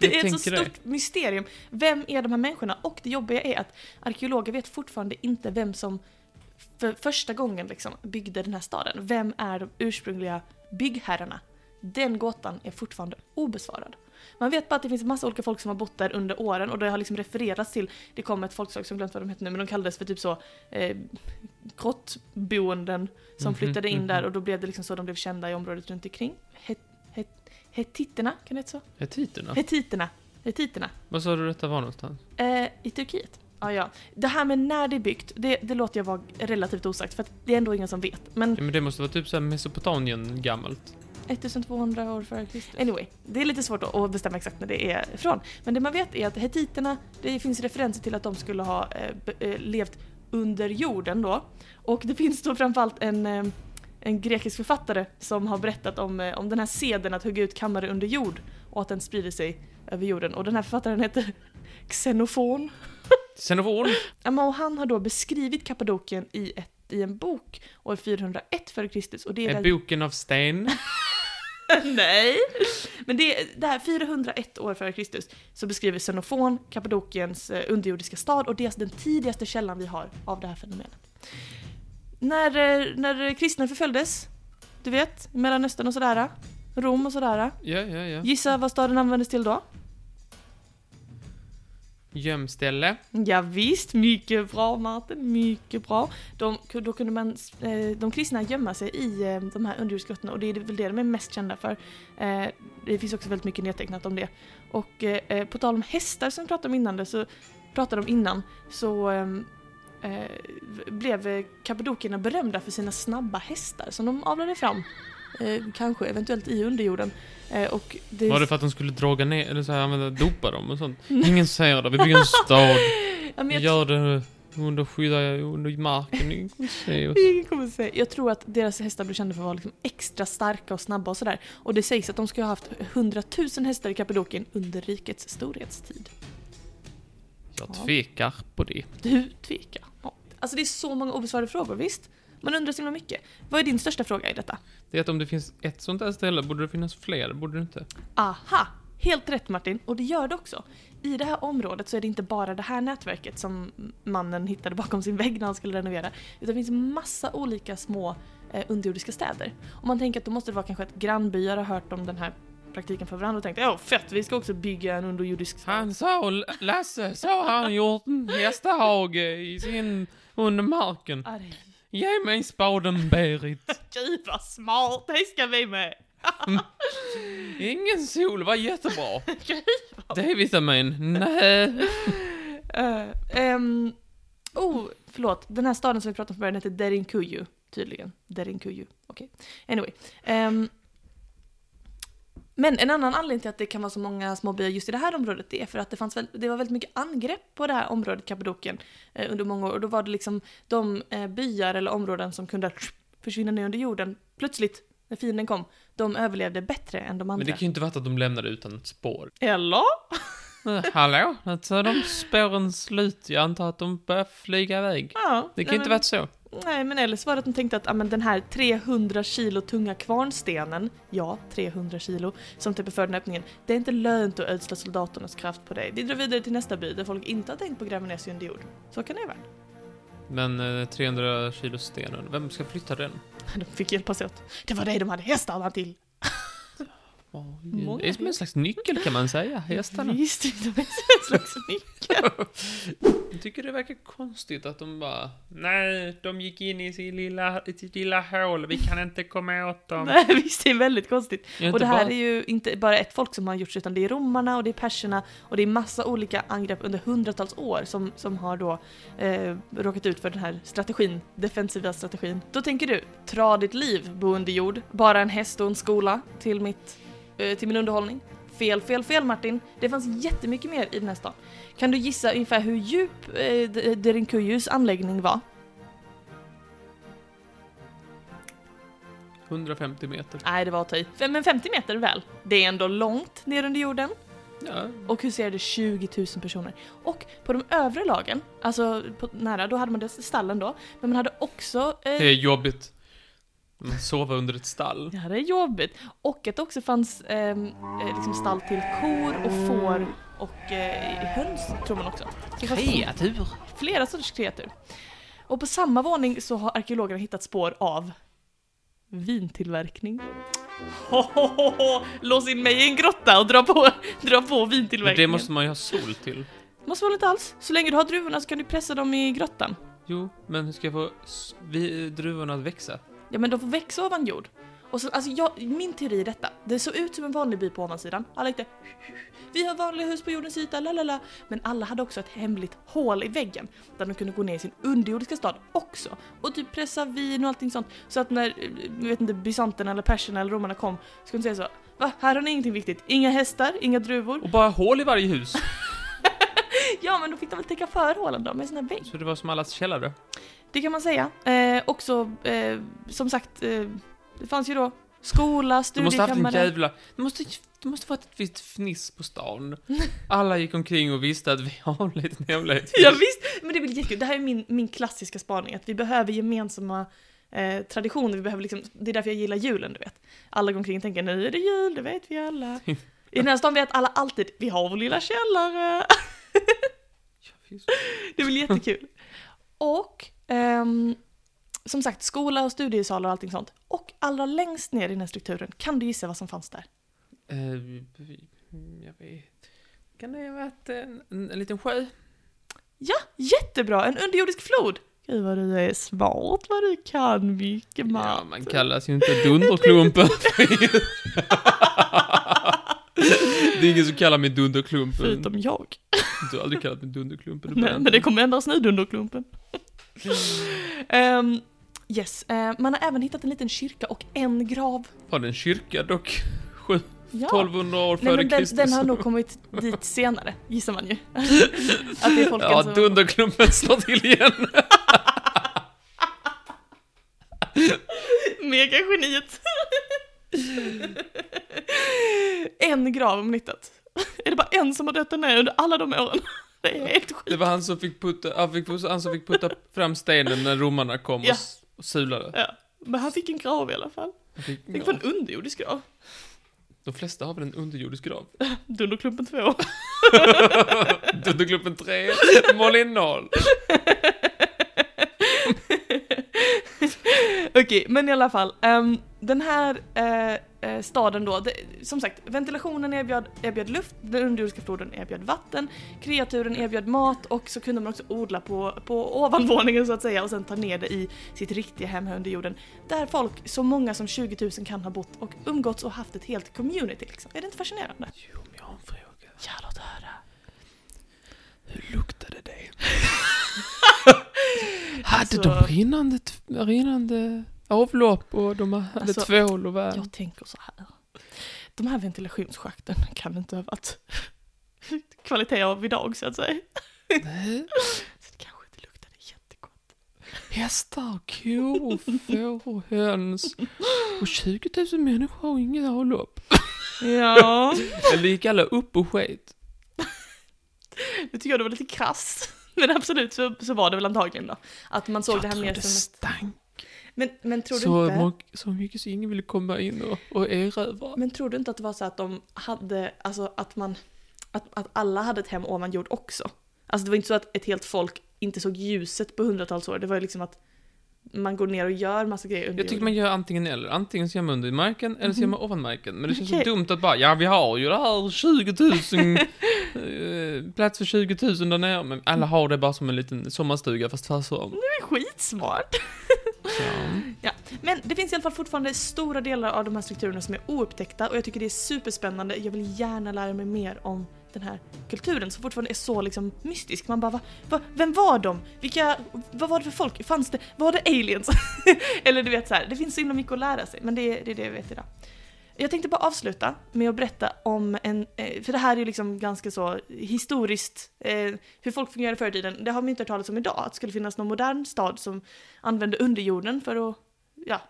Speaker 1: Det
Speaker 2: Jag
Speaker 1: är ett så
Speaker 2: tänker det.
Speaker 1: stort mysterium. Vem är de här människorna? Och det jobbiga är att arkeologer vet fortfarande inte vem som för första gången liksom byggde den här staden. Vem är de ursprungliga byggherrarna? Den gåtan är fortfarande obesvarad. Man vet bara att det finns massa olika folk som har bott där under åren och det har liksom refererats till, det kom ett folkslag som glömt vad de hette nu, men de kallades för typ så eh, grottboenden som
Speaker 2: Mhm,
Speaker 1: flyttade in
Speaker 2: mhm.
Speaker 1: där och då blev det liksom så de blev kända i området runt omkring. Het, het, hetiterna, kan det heta så?
Speaker 2: Hettiterna?
Speaker 1: Hetiterna. Hetiterna.
Speaker 2: Vad sa du detta var någonstans?
Speaker 1: Eh, I Turkiet. Ja, ja. Det här med när det är byggt, det, det låter jag vara relativt osagt för att det är ändå ingen som vet. Men
Speaker 2: Ja, men det måste vara typ såhär Mesopotamien gammalt.
Speaker 1: 1200 år före Kristus. Anyway, det är lite svårt att- att bestämma exakt när det är från. Men det man vet är att hetiterna, det finns referenser till att de skulle ha eh, be, eh, levt under jorden då. Och det finns då framförallt en, eh, en grekisk författare som har berättat om, eh, om den här seden att hugga ut kammare under jord och att den sprider sig över jorden. Och den här författaren heter Xenofon.
Speaker 2: Xenofon!
Speaker 1: Ja, men Och han har då beskrivit Kappadokien i, ett, i en bok år 401 före Kristus. Och det är
Speaker 2: Är
Speaker 1: där-
Speaker 2: boken av sten?
Speaker 1: Nej! Men det, det här 401 år före Kristus så beskriver Xenofon Kappadokiens eh, underjordiska stad och det är den tidigaste källan vi har av det här fenomenet. När, eh, när kristna förföljdes, du vet, i Mellanöstern och sådär, Rom och sådär.
Speaker 2: Ja, ja, ja.
Speaker 1: Gissa vad staden användes till då?
Speaker 2: Gömställe.
Speaker 1: Ja, visst, mycket bra Martin, mycket bra. De, då kunde man, eh, de kristna gömma sig i eh, de här underjordsgrottorna och det är väl det de är mest kända för. Eh, Det finns också väldigt mycket nedtecknat om det. Och eh, eh, på tal om hästar som vi pratade om innan, det, så pratade om innan, så ehm, eh, blev eh, kappadokierna berömda för sina snabba hästar som de avlade fram. Eh, kanske, eventuellt i underjorden. Eh, och det,
Speaker 2: Var det för att de skulle droga ner, eller så här, använda, dopa dem och sånt? Ingen säger det, vi bygger en stad.
Speaker 1: Ja, men
Speaker 2: Vi
Speaker 1: jag
Speaker 2: gör det under skydda, under marken. Ingen kommer se oss.
Speaker 1: Ingen kommer säga. Jag tror att deras hästar blev kända för att vara liksom extra starka och snabba och sådär. Och det sägs att de ska ha haft 100 000 hästar i Kappadokien under rikets storhetstid.
Speaker 2: Jag
Speaker 1: Ja.
Speaker 2: tvekar på det.
Speaker 1: Du tvekar. Ja. Alltså det är så många obesvarade frågor, visst? Man undrar så himla mycket. Vad är din största fråga i detta?
Speaker 2: Det är att om det finns ett sånt här ställe borde det finnas fler, borde det inte?
Speaker 1: Aha! Helt rätt Martin, och det gör det också. I det här området så är det inte bara det här nätverket som mannen hittade bakom sin vägg när han skulle renovera, utan det finns massa olika små eh, underjordiska städer. Om man tänker att då måste det vara kanske att grannbyar har hört om den här praktiken för varandra och tänkt åh fett, vi ska också bygga en underjordisk stad.
Speaker 2: Han sa, Lasse sa han gjort en hästhage i sin, under marken.
Speaker 1: Arg.
Speaker 2: Ge mig spaden Berit.
Speaker 1: Gud vad smart, det ska vi med!
Speaker 2: Ingen sol, var jättebra.
Speaker 1: Gud.
Speaker 2: D-vitamin, nej.
Speaker 1: Eh, ehm, oh, förlåt. Den här staden som vi pratade om från början heter Derinkuyu, tydligen. Derinkuyu, okej. Anyway. ehm, men en annan anledning till att det kan vara så många små byar just i det här området det är för att det, fanns väl, det var väldigt mycket angrepp på det här området, Kappadokien, eh, under många år. Och då var det liksom de eh, byar eller områden som kunde försvinna ner under jorden plötsligt, när fienden kom, de överlevde bättre än de andra.
Speaker 2: Men det kan ju inte vara att de lämnade utan ett spår.
Speaker 1: Eller?
Speaker 2: Eh, Hallå, nu tar de spåren slut. Jag antar att de börjar flyga iväg.
Speaker 1: Ja.
Speaker 2: Det kan
Speaker 1: nej
Speaker 2: ju inte
Speaker 1: men-
Speaker 2: varit så.
Speaker 1: Nej, men eller så var det att de tänkte att ah, men den här 300 kilo tunga kvarnstenen, ja, 300 kilo, som typ är för den här öppningen, det är inte lönt att ödsla soldaternas kraft på dig. Vi drar vidare till nästa by där folk inte har tänkt på att gräva ner sig under jord. Så kan det ju vara.
Speaker 2: Men eh, 300 kilo stenen, vem ska flytta den?
Speaker 1: De fick hjälpas åt. Det var det de hade hästarna till!
Speaker 2: Ja,
Speaker 1: Många
Speaker 2: det är som en
Speaker 1: vet.
Speaker 2: slags nyckel kan man säga, hästarna.
Speaker 1: Visst, de är en slags nyckel.
Speaker 2: Jag tycker det verkar konstigt att de bara... Nej, de gick in i sitt lilla, i sitt lilla hål, vi kan inte komma åt dem.
Speaker 1: Nej, visst, det är väldigt konstigt.
Speaker 2: Är
Speaker 1: Och
Speaker 2: inte
Speaker 1: det här
Speaker 2: bara-
Speaker 1: är ju inte bara ett folk som har gjort det, utan det är romarna och det är perserna och det är massa olika angrepp under hundratals år som, som har då eh, råkat ut för den här strategin, defensiva strategin. Då tänker du, tra ditt liv, bo under jord, bara en häst och en skola till, mitt, eh, till min underhållning. Fel, fel, fel Martin. Det fanns jättemycket mer i den här stan. Kan du gissa ungefär hur djup eh, D- Derinkujus anläggning var?
Speaker 2: 150 meter.
Speaker 1: Nej, det var att ta i. Fem- Men 50 meter väl? Det är ändå långt ner under jorden.
Speaker 2: Ja.
Speaker 1: och huserade 20 000 personer. Och på de övre lagen, alltså på, nära, då hade man det stallen då, men man hade också... Eh,
Speaker 2: Det är jobbigt. Man sover under ett stall.
Speaker 1: det här är jobbigt. Och att det också fanns ehm, eh, liksom stall till kor och får och eh, höns, tror man också. Så det fanns
Speaker 2: Kreatur!
Speaker 1: Flera sorters kreatur. Och på samma våning så har arkeologerna hittat spår av vintillverkning. Ho, ho, ho, ho. Lås in mig i en grotta och dra på, dra på
Speaker 2: Men
Speaker 1: vintillverkningen.
Speaker 2: det måste man ju ha sol till.
Speaker 1: Måste väl inte alls? Så länge du har druvorna så kan du pressa dem i grottan.
Speaker 2: Jo, men hur ska jag få s- vi, druvorna att växa?
Speaker 1: Ja men de får växa ovan jord. Och så, alltså jag, min teori är detta. Det såg ut som en vanlig by på ovansidan. Alla gick där. Vi har vanliga hus på jordens yta, la la la. Men alla hade också ett hemligt hål i väggen. Där de kunde gå ner i sin underjordiska stad också. Och typ pressa vin och allting sånt. Så att när, eh, jag vet inte, bysanterna eller perserna eller romarna kom. Så kunde de säga så. Va? Här har ni ingenting viktigt. Inga hästar, inga druvor.
Speaker 2: Och bara hål i varje hus!
Speaker 1: Ja men då fick de väl täcka för hålen då med sina vägg.
Speaker 2: Så det var som allas källare.
Speaker 1: Det kan man säga. Eh, också, eh, som sagt, eh, det fanns ju då skola,
Speaker 2: Du måste haft en
Speaker 1: studiekammare.
Speaker 2: jävla... Det måste, det måste varit ett visst fniss på stan. Alla gick omkring och visste att vi har en liten hemlighet.
Speaker 1: Ja, visst, men det är väl jättekul. Det här är min, min klassiska spaning, att vi behöver gemensamma eh, traditioner. Vi behöver liksom, det är därför jag gillar julen, du vet. Alla går omkring och tänker nu är det jul, det vet vi alla. I den här stan vet alla alltid, vi har vår lilla källare.
Speaker 2: Ja, visst.
Speaker 1: Det blir jättekul. Och ehm, som sagt, skola och studiesalar och allting sånt. Och allra längst ner i den här strukturen, kan du gissa vad som fanns där?
Speaker 2: Eh, vi- jag vet. Kan det ha varit en, en, en liten sjö?
Speaker 1: Jättebra, en underjordisk flod! Gud vad du är smart, vad du kan mycket
Speaker 2: Ja,
Speaker 1: man.
Speaker 2: man kallas ju inte dunderklumpen. det är ingen som kallar mig dunderklumpen.
Speaker 1: Förutom jag.
Speaker 2: Du har aldrig kallat mig dunderklumpen. du
Speaker 1: Nej,
Speaker 2: bara-
Speaker 1: men det kommer ändras nu, Dunderklumpen. Ehm, yes, eh, man har även hittat en liten kyrka och en grav.
Speaker 2: Var det en kyrka dock? Sju-
Speaker 1: Ja.
Speaker 2: 1200
Speaker 1: Nej,
Speaker 2: år före
Speaker 1: men den,
Speaker 2: Kristus.
Speaker 1: den har nog kommit dit senare, gissar man ju. att det är alltså folken
Speaker 2: ja,
Speaker 1: som...
Speaker 2: dunderklumpen slår till igen.
Speaker 1: Megageniet. en grav har man hittat. Är det bara en som har dött där nere under alla de åren? Det är helt sjukt.
Speaker 2: Det var han som fick putta, han, fick, han som fick putta fram stenen när romarna kom och,
Speaker 1: Ja.
Speaker 2: s- och sulade.
Speaker 1: Ja, men han fick en grav i alla fall.
Speaker 2: Han Fick,
Speaker 1: Tänk
Speaker 2: ja.
Speaker 1: på en underjordisk grav.
Speaker 2: De flesta har väl en underjordisk grav?
Speaker 1: Dunderklumpen 2.
Speaker 2: Dunderklumpen 3, Malin 0.
Speaker 1: Okej, men i alla fall. ehm, den här eh, eh, staden då, det, som sagt, ventilationen erbjöd, erbjöd luft, den underjordiska floden erbjöd vatten, kreaturen erbjöd mat och så kunde man också odla på, på ovanvåningen så att säga och sen ta ner det i sitt riktiga hem här under jorden. Där folk, så många som 20 000 kan ha bott och umgåtts och haft ett helt community liksom. Är det inte fascinerande?
Speaker 2: Jo, men jag har en fråga.
Speaker 1: Ja, låt höra.
Speaker 2: Hur luktade det? hade
Speaker 1: Alltså-
Speaker 2: de rinnande, t- rinnande avlopp och de hade
Speaker 1: Alltså,
Speaker 2: tvål och vad?
Speaker 1: Jag tänker så här. De här ventilationsschakten kan inte ha varit kvalitet av idag så att säga.
Speaker 2: Nej.
Speaker 1: Så det kanske inte luktade jättegott.
Speaker 2: Hästar, kor, får och höns. Och 20 000 människor och inget avlopp.
Speaker 1: Ja.
Speaker 2: Eller gick alla upp och sket?
Speaker 1: Det tycker jag det var lite krasst. Men absolut så, så var det väl antagligen då. Att man såg det här mer
Speaker 2: det
Speaker 1: som...
Speaker 2: stank.
Speaker 1: Men, men tror du
Speaker 2: så,
Speaker 1: inte...
Speaker 2: många- så mycket så ingen ville komma in och, och erövra.
Speaker 1: Men tror du inte att det var så att de hade, alltså att man, att, att alla hade ett hem ovan jord också? Alltså det var inte så att ett helt folk inte såg ljuset på hundratals år, det var ju liksom att man går ner och gör massa grejer under
Speaker 2: Jag tycker
Speaker 1: jord.
Speaker 2: man gör antingen eller. Antingen så gör man under marken eller så gör man ovan marken. Men det känns
Speaker 1: Okej.
Speaker 2: så dumt att bara, ja vi har ju det här 20 000, eh, plats för 20 000 där nere. Men alla har det bara som en liten sommarstuga fast tvärsom.
Speaker 1: Det är skitsmart!
Speaker 2: Ja.
Speaker 1: Ja. Men det finns i alla fall fortfarande stora delar av de här strukturerna som är oupptäckta och jag tycker det är superspännande. Jag vill gärna lära mig mer om den här kulturen som fortfarande är så liksom mystisk. Man bara, va, va, vem var de? Vilka, vad var det för folk? Fanns det, var det aliens? Eller du vet så här, det finns så himla mycket att lära sig men det, är- det är det jag vet idag. Jag tänkte bara avsluta med att berätta om en, eh, för det här är ju liksom ganska så historiskt, eh, hur folk fungerade förr i tiden. Det har man ju inte hört talas om idag, att det skulle finnas någon modern stad som använde underjorden för att ja,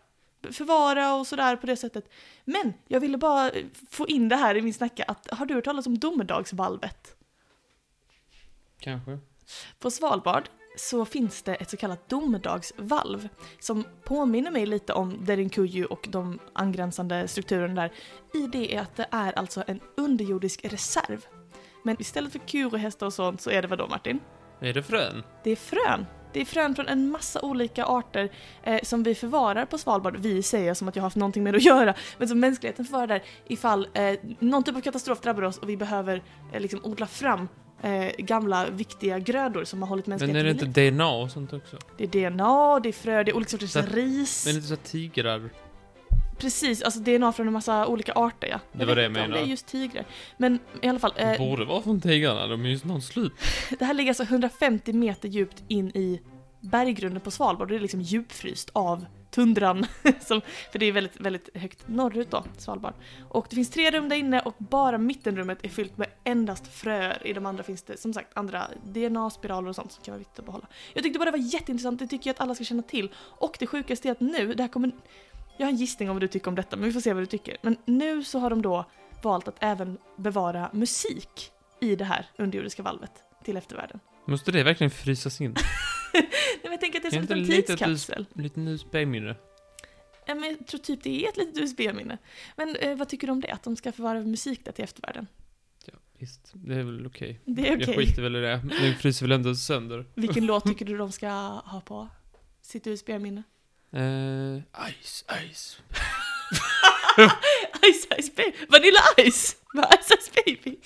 Speaker 1: förvara och sådär på det sättet. Men jag ville bara eh, få in det här i min snacka att har du hört talas om domedagsvalvet?
Speaker 2: Kanske.
Speaker 1: På Svalbard så finns det ett så kallat domedagsvalv som påminner mig lite om Derinkuju och de angränsande strukturerna där. I det är att det är alltså en underjordisk reserv. Men istället för kur och hästar och sånt så är det vad då Martin?
Speaker 2: Är det frön?
Speaker 1: Det är frön. Det är frön från en massa olika arter eh, som vi förvarar på Svalbard. Vi säger som att jag har haft någonting med det att göra, men som mänskligheten förvarar där ifall eh, någon typ av katastrof drabbar oss och vi behöver eh, liksom odla fram eh, gamla viktiga grödor som har hållit
Speaker 2: Men
Speaker 1: mänskligheten
Speaker 2: är det
Speaker 1: vid
Speaker 2: inte
Speaker 1: liv.
Speaker 2: DNA och sånt också?
Speaker 1: Det är DNA, det är frö, det är olika sorters
Speaker 2: Så att-
Speaker 1: ris.
Speaker 2: Men är det inte så att tigrar?
Speaker 1: Precis, alltså DNA från en massa olika arter ja.
Speaker 2: Det var
Speaker 1: vet
Speaker 2: det jag
Speaker 1: inte om
Speaker 2: menade.
Speaker 1: Det är just tigrar. Men i alla fall.
Speaker 2: Det
Speaker 1: eh,
Speaker 2: borde vara från tigrarna, de är ju snart slut.
Speaker 1: Det här ligger alltså 150 meter djupt in i berggrunden på Svalbard. Det är liksom djupfryst av tundran. Som, för det är väldigt, väldigt högt norrut då, Svalbard. Och det finns tre rum där inne och bara mittenrummet är fyllt med endast fröer. I de andra finns det som sagt andra DNA-spiraler och sånt som kan vara viktigt att behålla. Jag tyckte bara det var jätteintressant, det tycker jag att alla ska känna till. Och det sjukaste är att nu, det här kommer... Jag har en gissning om vad du tycker om detta, men vi får se vad du tycker. Men nu så har de då valt att även bevara musik i det här underjordiska valvet till eftervärlden.
Speaker 2: Måste det verkligen frysas in?
Speaker 1: Nej, men jag tänker att det är
Speaker 2: Kan
Speaker 1: som en
Speaker 2: inte
Speaker 1: liten
Speaker 2: lite att du-
Speaker 1: tidskapsel.
Speaker 2: Lite USB-minne.
Speaker 1: Ja, men jag tror typ det är ett litet USB-minne. Men eh, vad tycker du om det? Att de ska förvara musik där till eftervärlden?
Speaker 2: Ja, visst. Det är väl okej.
Speaker 1: Det är okej.
Speaker 2: Jag skiter väl i det. Den fryser väl ändå sönder.
Speaker 1: Vilken låt tycker du de ska ha på sitt USB-minne?
Speaker 2: Eh, ice, ice.
Speaker 1: Ice Ice Baby! Vanilla Ice! Med Ice Ice Baby!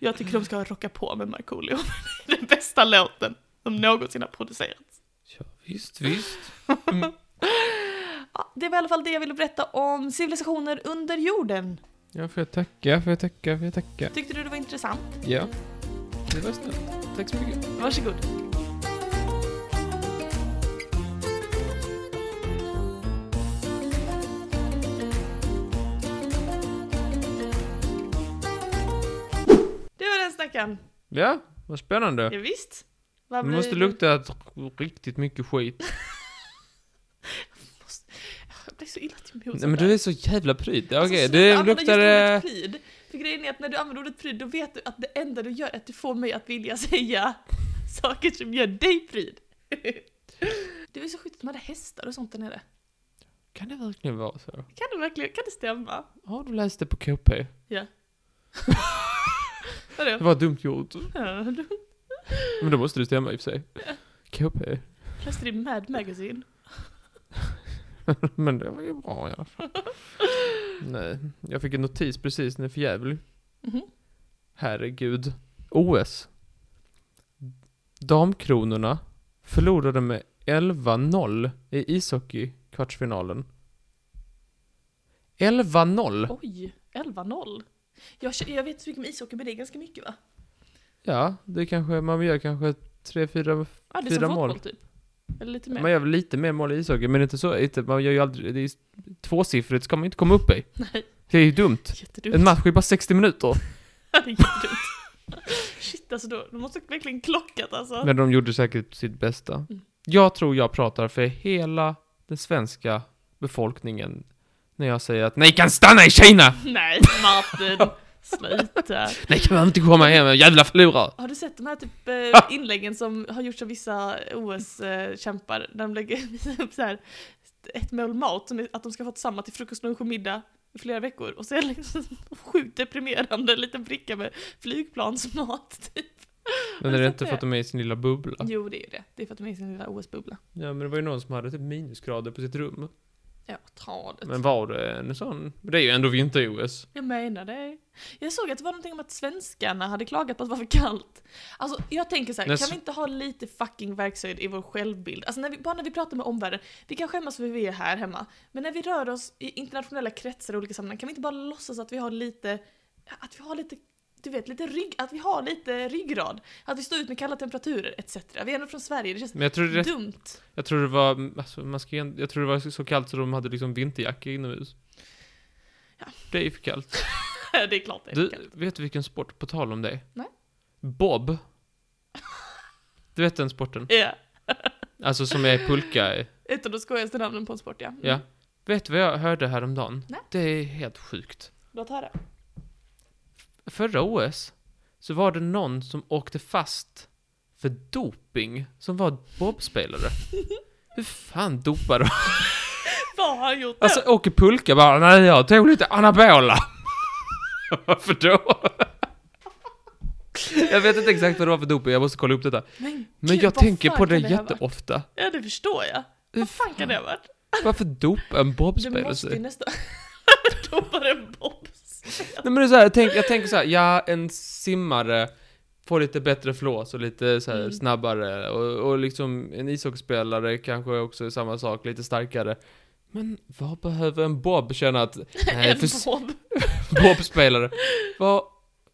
Speaker 1: Jag tycker de ska rocka på med Markoolio. Det är Den bästa låten som någonsin har producerats.
Speaker 2: Ja, visst, visst.
Speaker 1: Ja, det var i alla fall det jag ville berätta om civilisationer under jorden.
Speaker 2: Ja, får jag tacka, får jag tacka, får jag tacka.
Speaker 1: Tyckte du det var intressant?
Speaker 2: Ja. Det var snällt. Tack så mycket.
Speaker 1: Varsågod. Det var den snackaren.
Speaker 2: Ja, vad spännande.
Speaker 1: Ja, visst. Vad
Speaker 2: Det
Speaker 1: blir-
Speaker 2: måste lukta att riktigt mycket skit.
Speaker 1: Jag blir så illa till mods.
Speaker 2: Nej men du är så jävla pryd. Ja,
Speaker 1: Alltså,
Speaker 2: Okej,
Speaker 1: sluta
Speaker 2: det
Speaker 1: använda just
Speaker 2: luktar...
Speaker 1: ordet
Speaker 2: eh,
Speaker 1: pryd. För grejen är att när du använder ordet pryd, då vet du att det enda du gör är att du får mig att vilja säga saker som gör dig pryd. Det var ju så sjukt att de hade hästar och sånt där nere.
Speaker 2: Kan det verkligen vara så?
Speaker 1: Kan det verkligen, kan det stämma?
Speaker 2: Har du läst det på KP?
Speaker 1: Vadå?
Speaker 2: Det var dumt gjort.
Speaker 1: Ja, du
Speaker 2: Men då måste det stämma i och för sig. KP.
Speaker 1: läste det i Mad Magazine.
Speaker 2: Men det var ju bra i alla fall. Nej, jag fick en notis precis när för jävlig.
Speaker 1: Mhm.
Speaker 2: Herregud. OS. Damkronorna förlorade med 11-0 i ishockey kvartsfinalen. 11-0!
Speaker 1: Oj, 11-0. Jag, kä- jag vet så mycket om ishockey, men det är ganska mycket va?
Speaker 2: Ja, det kanske, man gör kanske 3-4,
Speaker 1: Ja, det är
Speaker 2: Fyra
Speaker 1: som
Speaker 2: mål.
Speaker 1: fotboll typ. Eller lite mer.
Speaker 2: man gör väl lite mer mål i ishockey, men inte så, inte, man gör ju aldrig, det är tvåsiffrigt ska man inte komma upp i.
Speaker 1: Nej,
Speaker 2: Det är ju dumt.
Speaker 1: jättedumt.
Speaker 2: En match är bara 60 minuter.
Speaker 1: det är jättedumt. Shit alltså, då, de måste verkligen klockat alltså.
Speaker 2: Men de gjorde säkert sitt bästa.
Speaker 1: Mm.
Speaker 2: Jag tror jag pratar för hela den svenska befolkningen när jag säger att ni kan stanna i Kina!
Speaker 1: Nej, Martin. Sluta.
Speaker 2: Nej, kan man inte komma hem, jävla förlorare.
Speaker 1: Har du sett de här typ eh, inläggen som har gjorts av vissa OS-kämpar? Där de lägger upp så här, ett mål mat, som är, att de ska ha fått samma till frukost, lunch och middag i flera veckor. Och så är det liksom sjukt deprimerande, en liten bricka med flygplansmat. Typ.
Speaker 2: Men
Speaker 1: Har
Speaker 2: är
Speaker 1: du
Speaker 2: det
Speaker 1: sett
Speaker 2: inte för
Speaker 1: det?
Speaker 2: att de är i sin lilla bubbla?
Speaker 1: Jo, det är ju det. Det är för att de är i sin lilla OS-bubbla.
Speaker 2: Ja, men det var ju någon som hade typ minusgrader på sitt rum.
Speaker 1: Alltså. Ja, tradet.
Speaker 2: Men var det en sån? Det är ju ändå vinter-OS.
Speaker 1: Jag menar det. Jag såg att det var någonting om att svenskarna hade klagat på att det var för kallt. Alltså jag tänker så här,
Speaker 2: Men
Speaker 1: kan
Speaker 2: s-
Speaker 1: vi inte ha lite fucking verkshöjd i vår självbild? Alltså när vi, bara när vi pratar med omvärlden, vi kan skämmas för hur vi är här hemma, men när vi rör oss i internationella kretsar och olika sammanhang, kan vi inte bara låtsas att vi har lite, att vi har lite du vet, lite rygg, att vi har lite ryggrad. Att vi står ut med kalla temperaturer etc. Vi är ändå från Sverige, det känns
Speaker 2: Men jag tror det, rätt-
Speaker 1: dumt.
Speaker 2: jag tror det var, alltså, man ska, ju- jag tror det var så kallt så de hade liksom vinterjacka inomhus.
Speaker 1: Ja.
Speaker 2: Det är ju för kallt.
Speaker 1: det är klart det är för
Speaker 2: Du,
Speaker 1: kallt.
Speaker 2: vet du vilken sport, på tal om det?
Speaker 1: Nej.
Speaker 2: Bob. Du vet den sporten?
Speaker 1: Ja,
Speaker 2: Alltså som är pulka. i.
Speaker 1: ett av de skojigaste namnen på en sport ja. Mm.
Speaker 2: Ja. Vet du vad jag hörde häromdagen?
Speaker 1: Nej.
Speaker 2: Det är helt sjukt.
Speaker 1: Låt höra.
Speaker 2: Förra OS så var det någon som åkte fast för doping som var bobspelare. Hur fan dopar de?
Speaker 1: Vad har han gjort då?
Speaker 2: Alltså åker pulka bara, nej jag tog lite anabola. Varför då? jag vet inte exakt vad det var för doping, jag måste kolla upp detta.
Speaker 1: Men,
Speaker 2: Men
Speaker 1: gud,
Speaker 2: jag
Speaker 1: vad
Speaker 2: tänker
Speaker 1: fan
Speaker 2: på det
Speaker 1: kan ha varit?
Speaker 2: jätteofta.
Speaker 1: Ja, det förstår jag.
Speaker 2: Hur
Speaker 1: Vad fan kan det ha varit?
Speaker 2: Varför dopa en
Speaker 1: Du
Speaker 2: bobspelare?
Speaker 1: måste
Speaker 2: sig?
Speaker 1: ju nästan... Doppar en bobs.
Speaker 2: Nej men det är så här, jag, tänk, jag tänker så här, ja en simmare får lite bättre flås och lite så här,
Speaker 1: Mm.
Speaker 2: snabbare och, och liksom en ishockeyspelare kanske också är samma sak, lite starkare. Men vad behöver en bob känna att, nej
Speaker 1: En
Speaker 2: för
Speaker 1: bob.
Speaker 2: bobspelare, vad,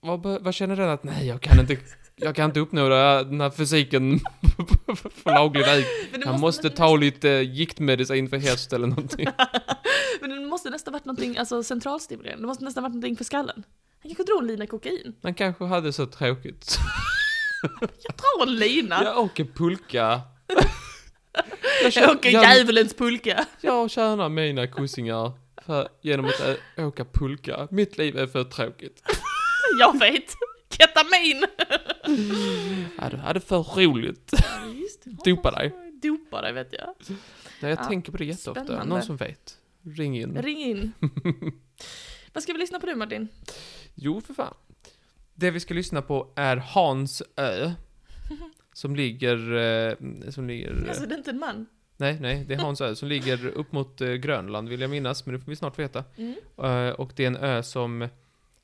Speaker 2: vad, be- vad känner den att, nej jag kan inte, jag kan inte uppnå det här- den här fysiken på laglig väg.
Speaker 1: Men det
Speaker 2: Han måste
Speaker 1: nä-
Speaker 2: ta lite giktmedicin för häst eller någonting.
Speaker 1: Men det måste nästan varit någonting, alltså centralstimulerande. Det måste nästan varit någonting för skallen. Han kanske drog en lina kokain.
Speaker 2: Han kanske hade så tråkigt.
Speaker 1: Jag drar en lina!
Speaker 2: Jag åker pulka.
Speaker 1: Jag åker
Speaker 2: jag,
Speaker 1: djävulens pulka!
Speaker 2: jag tjänar mina kussingar för, genom att ä, åka pulka. Mitt liv är för tråkigt.
Speaker 1: Jag vet! Ketamin!
Speaker 2: Ja, du hade för roligt.
Speaker 1: Just det.
Speaker 2: Dopa dig.
Speaker 1: Dopa dig vet jag.
Speaker 2: Nej, jag
Speaker 1: Ja,
Speaker 2: tänker på det jätteofta.
Speaker 1: spännande.
Speaker 2: Någon som vet? Ring in.
Speaker 1: Ring in. Vad ska vi lyssna på nu Martin?
Speaker 2: Jo, för fan. Det vi ska lyssna på är Hans Ö. Som ligger... eh, Som ligger
Speaker 1: Alltså det är inte en man.
Speaker 2: nej, nej, det är Hans Ö som ligger upp mot eh, Grönland vill jag minnas, men det får vi snart veta.
Speaker 1: Mm.
Speaker 2: Eh, Och det är en ö som,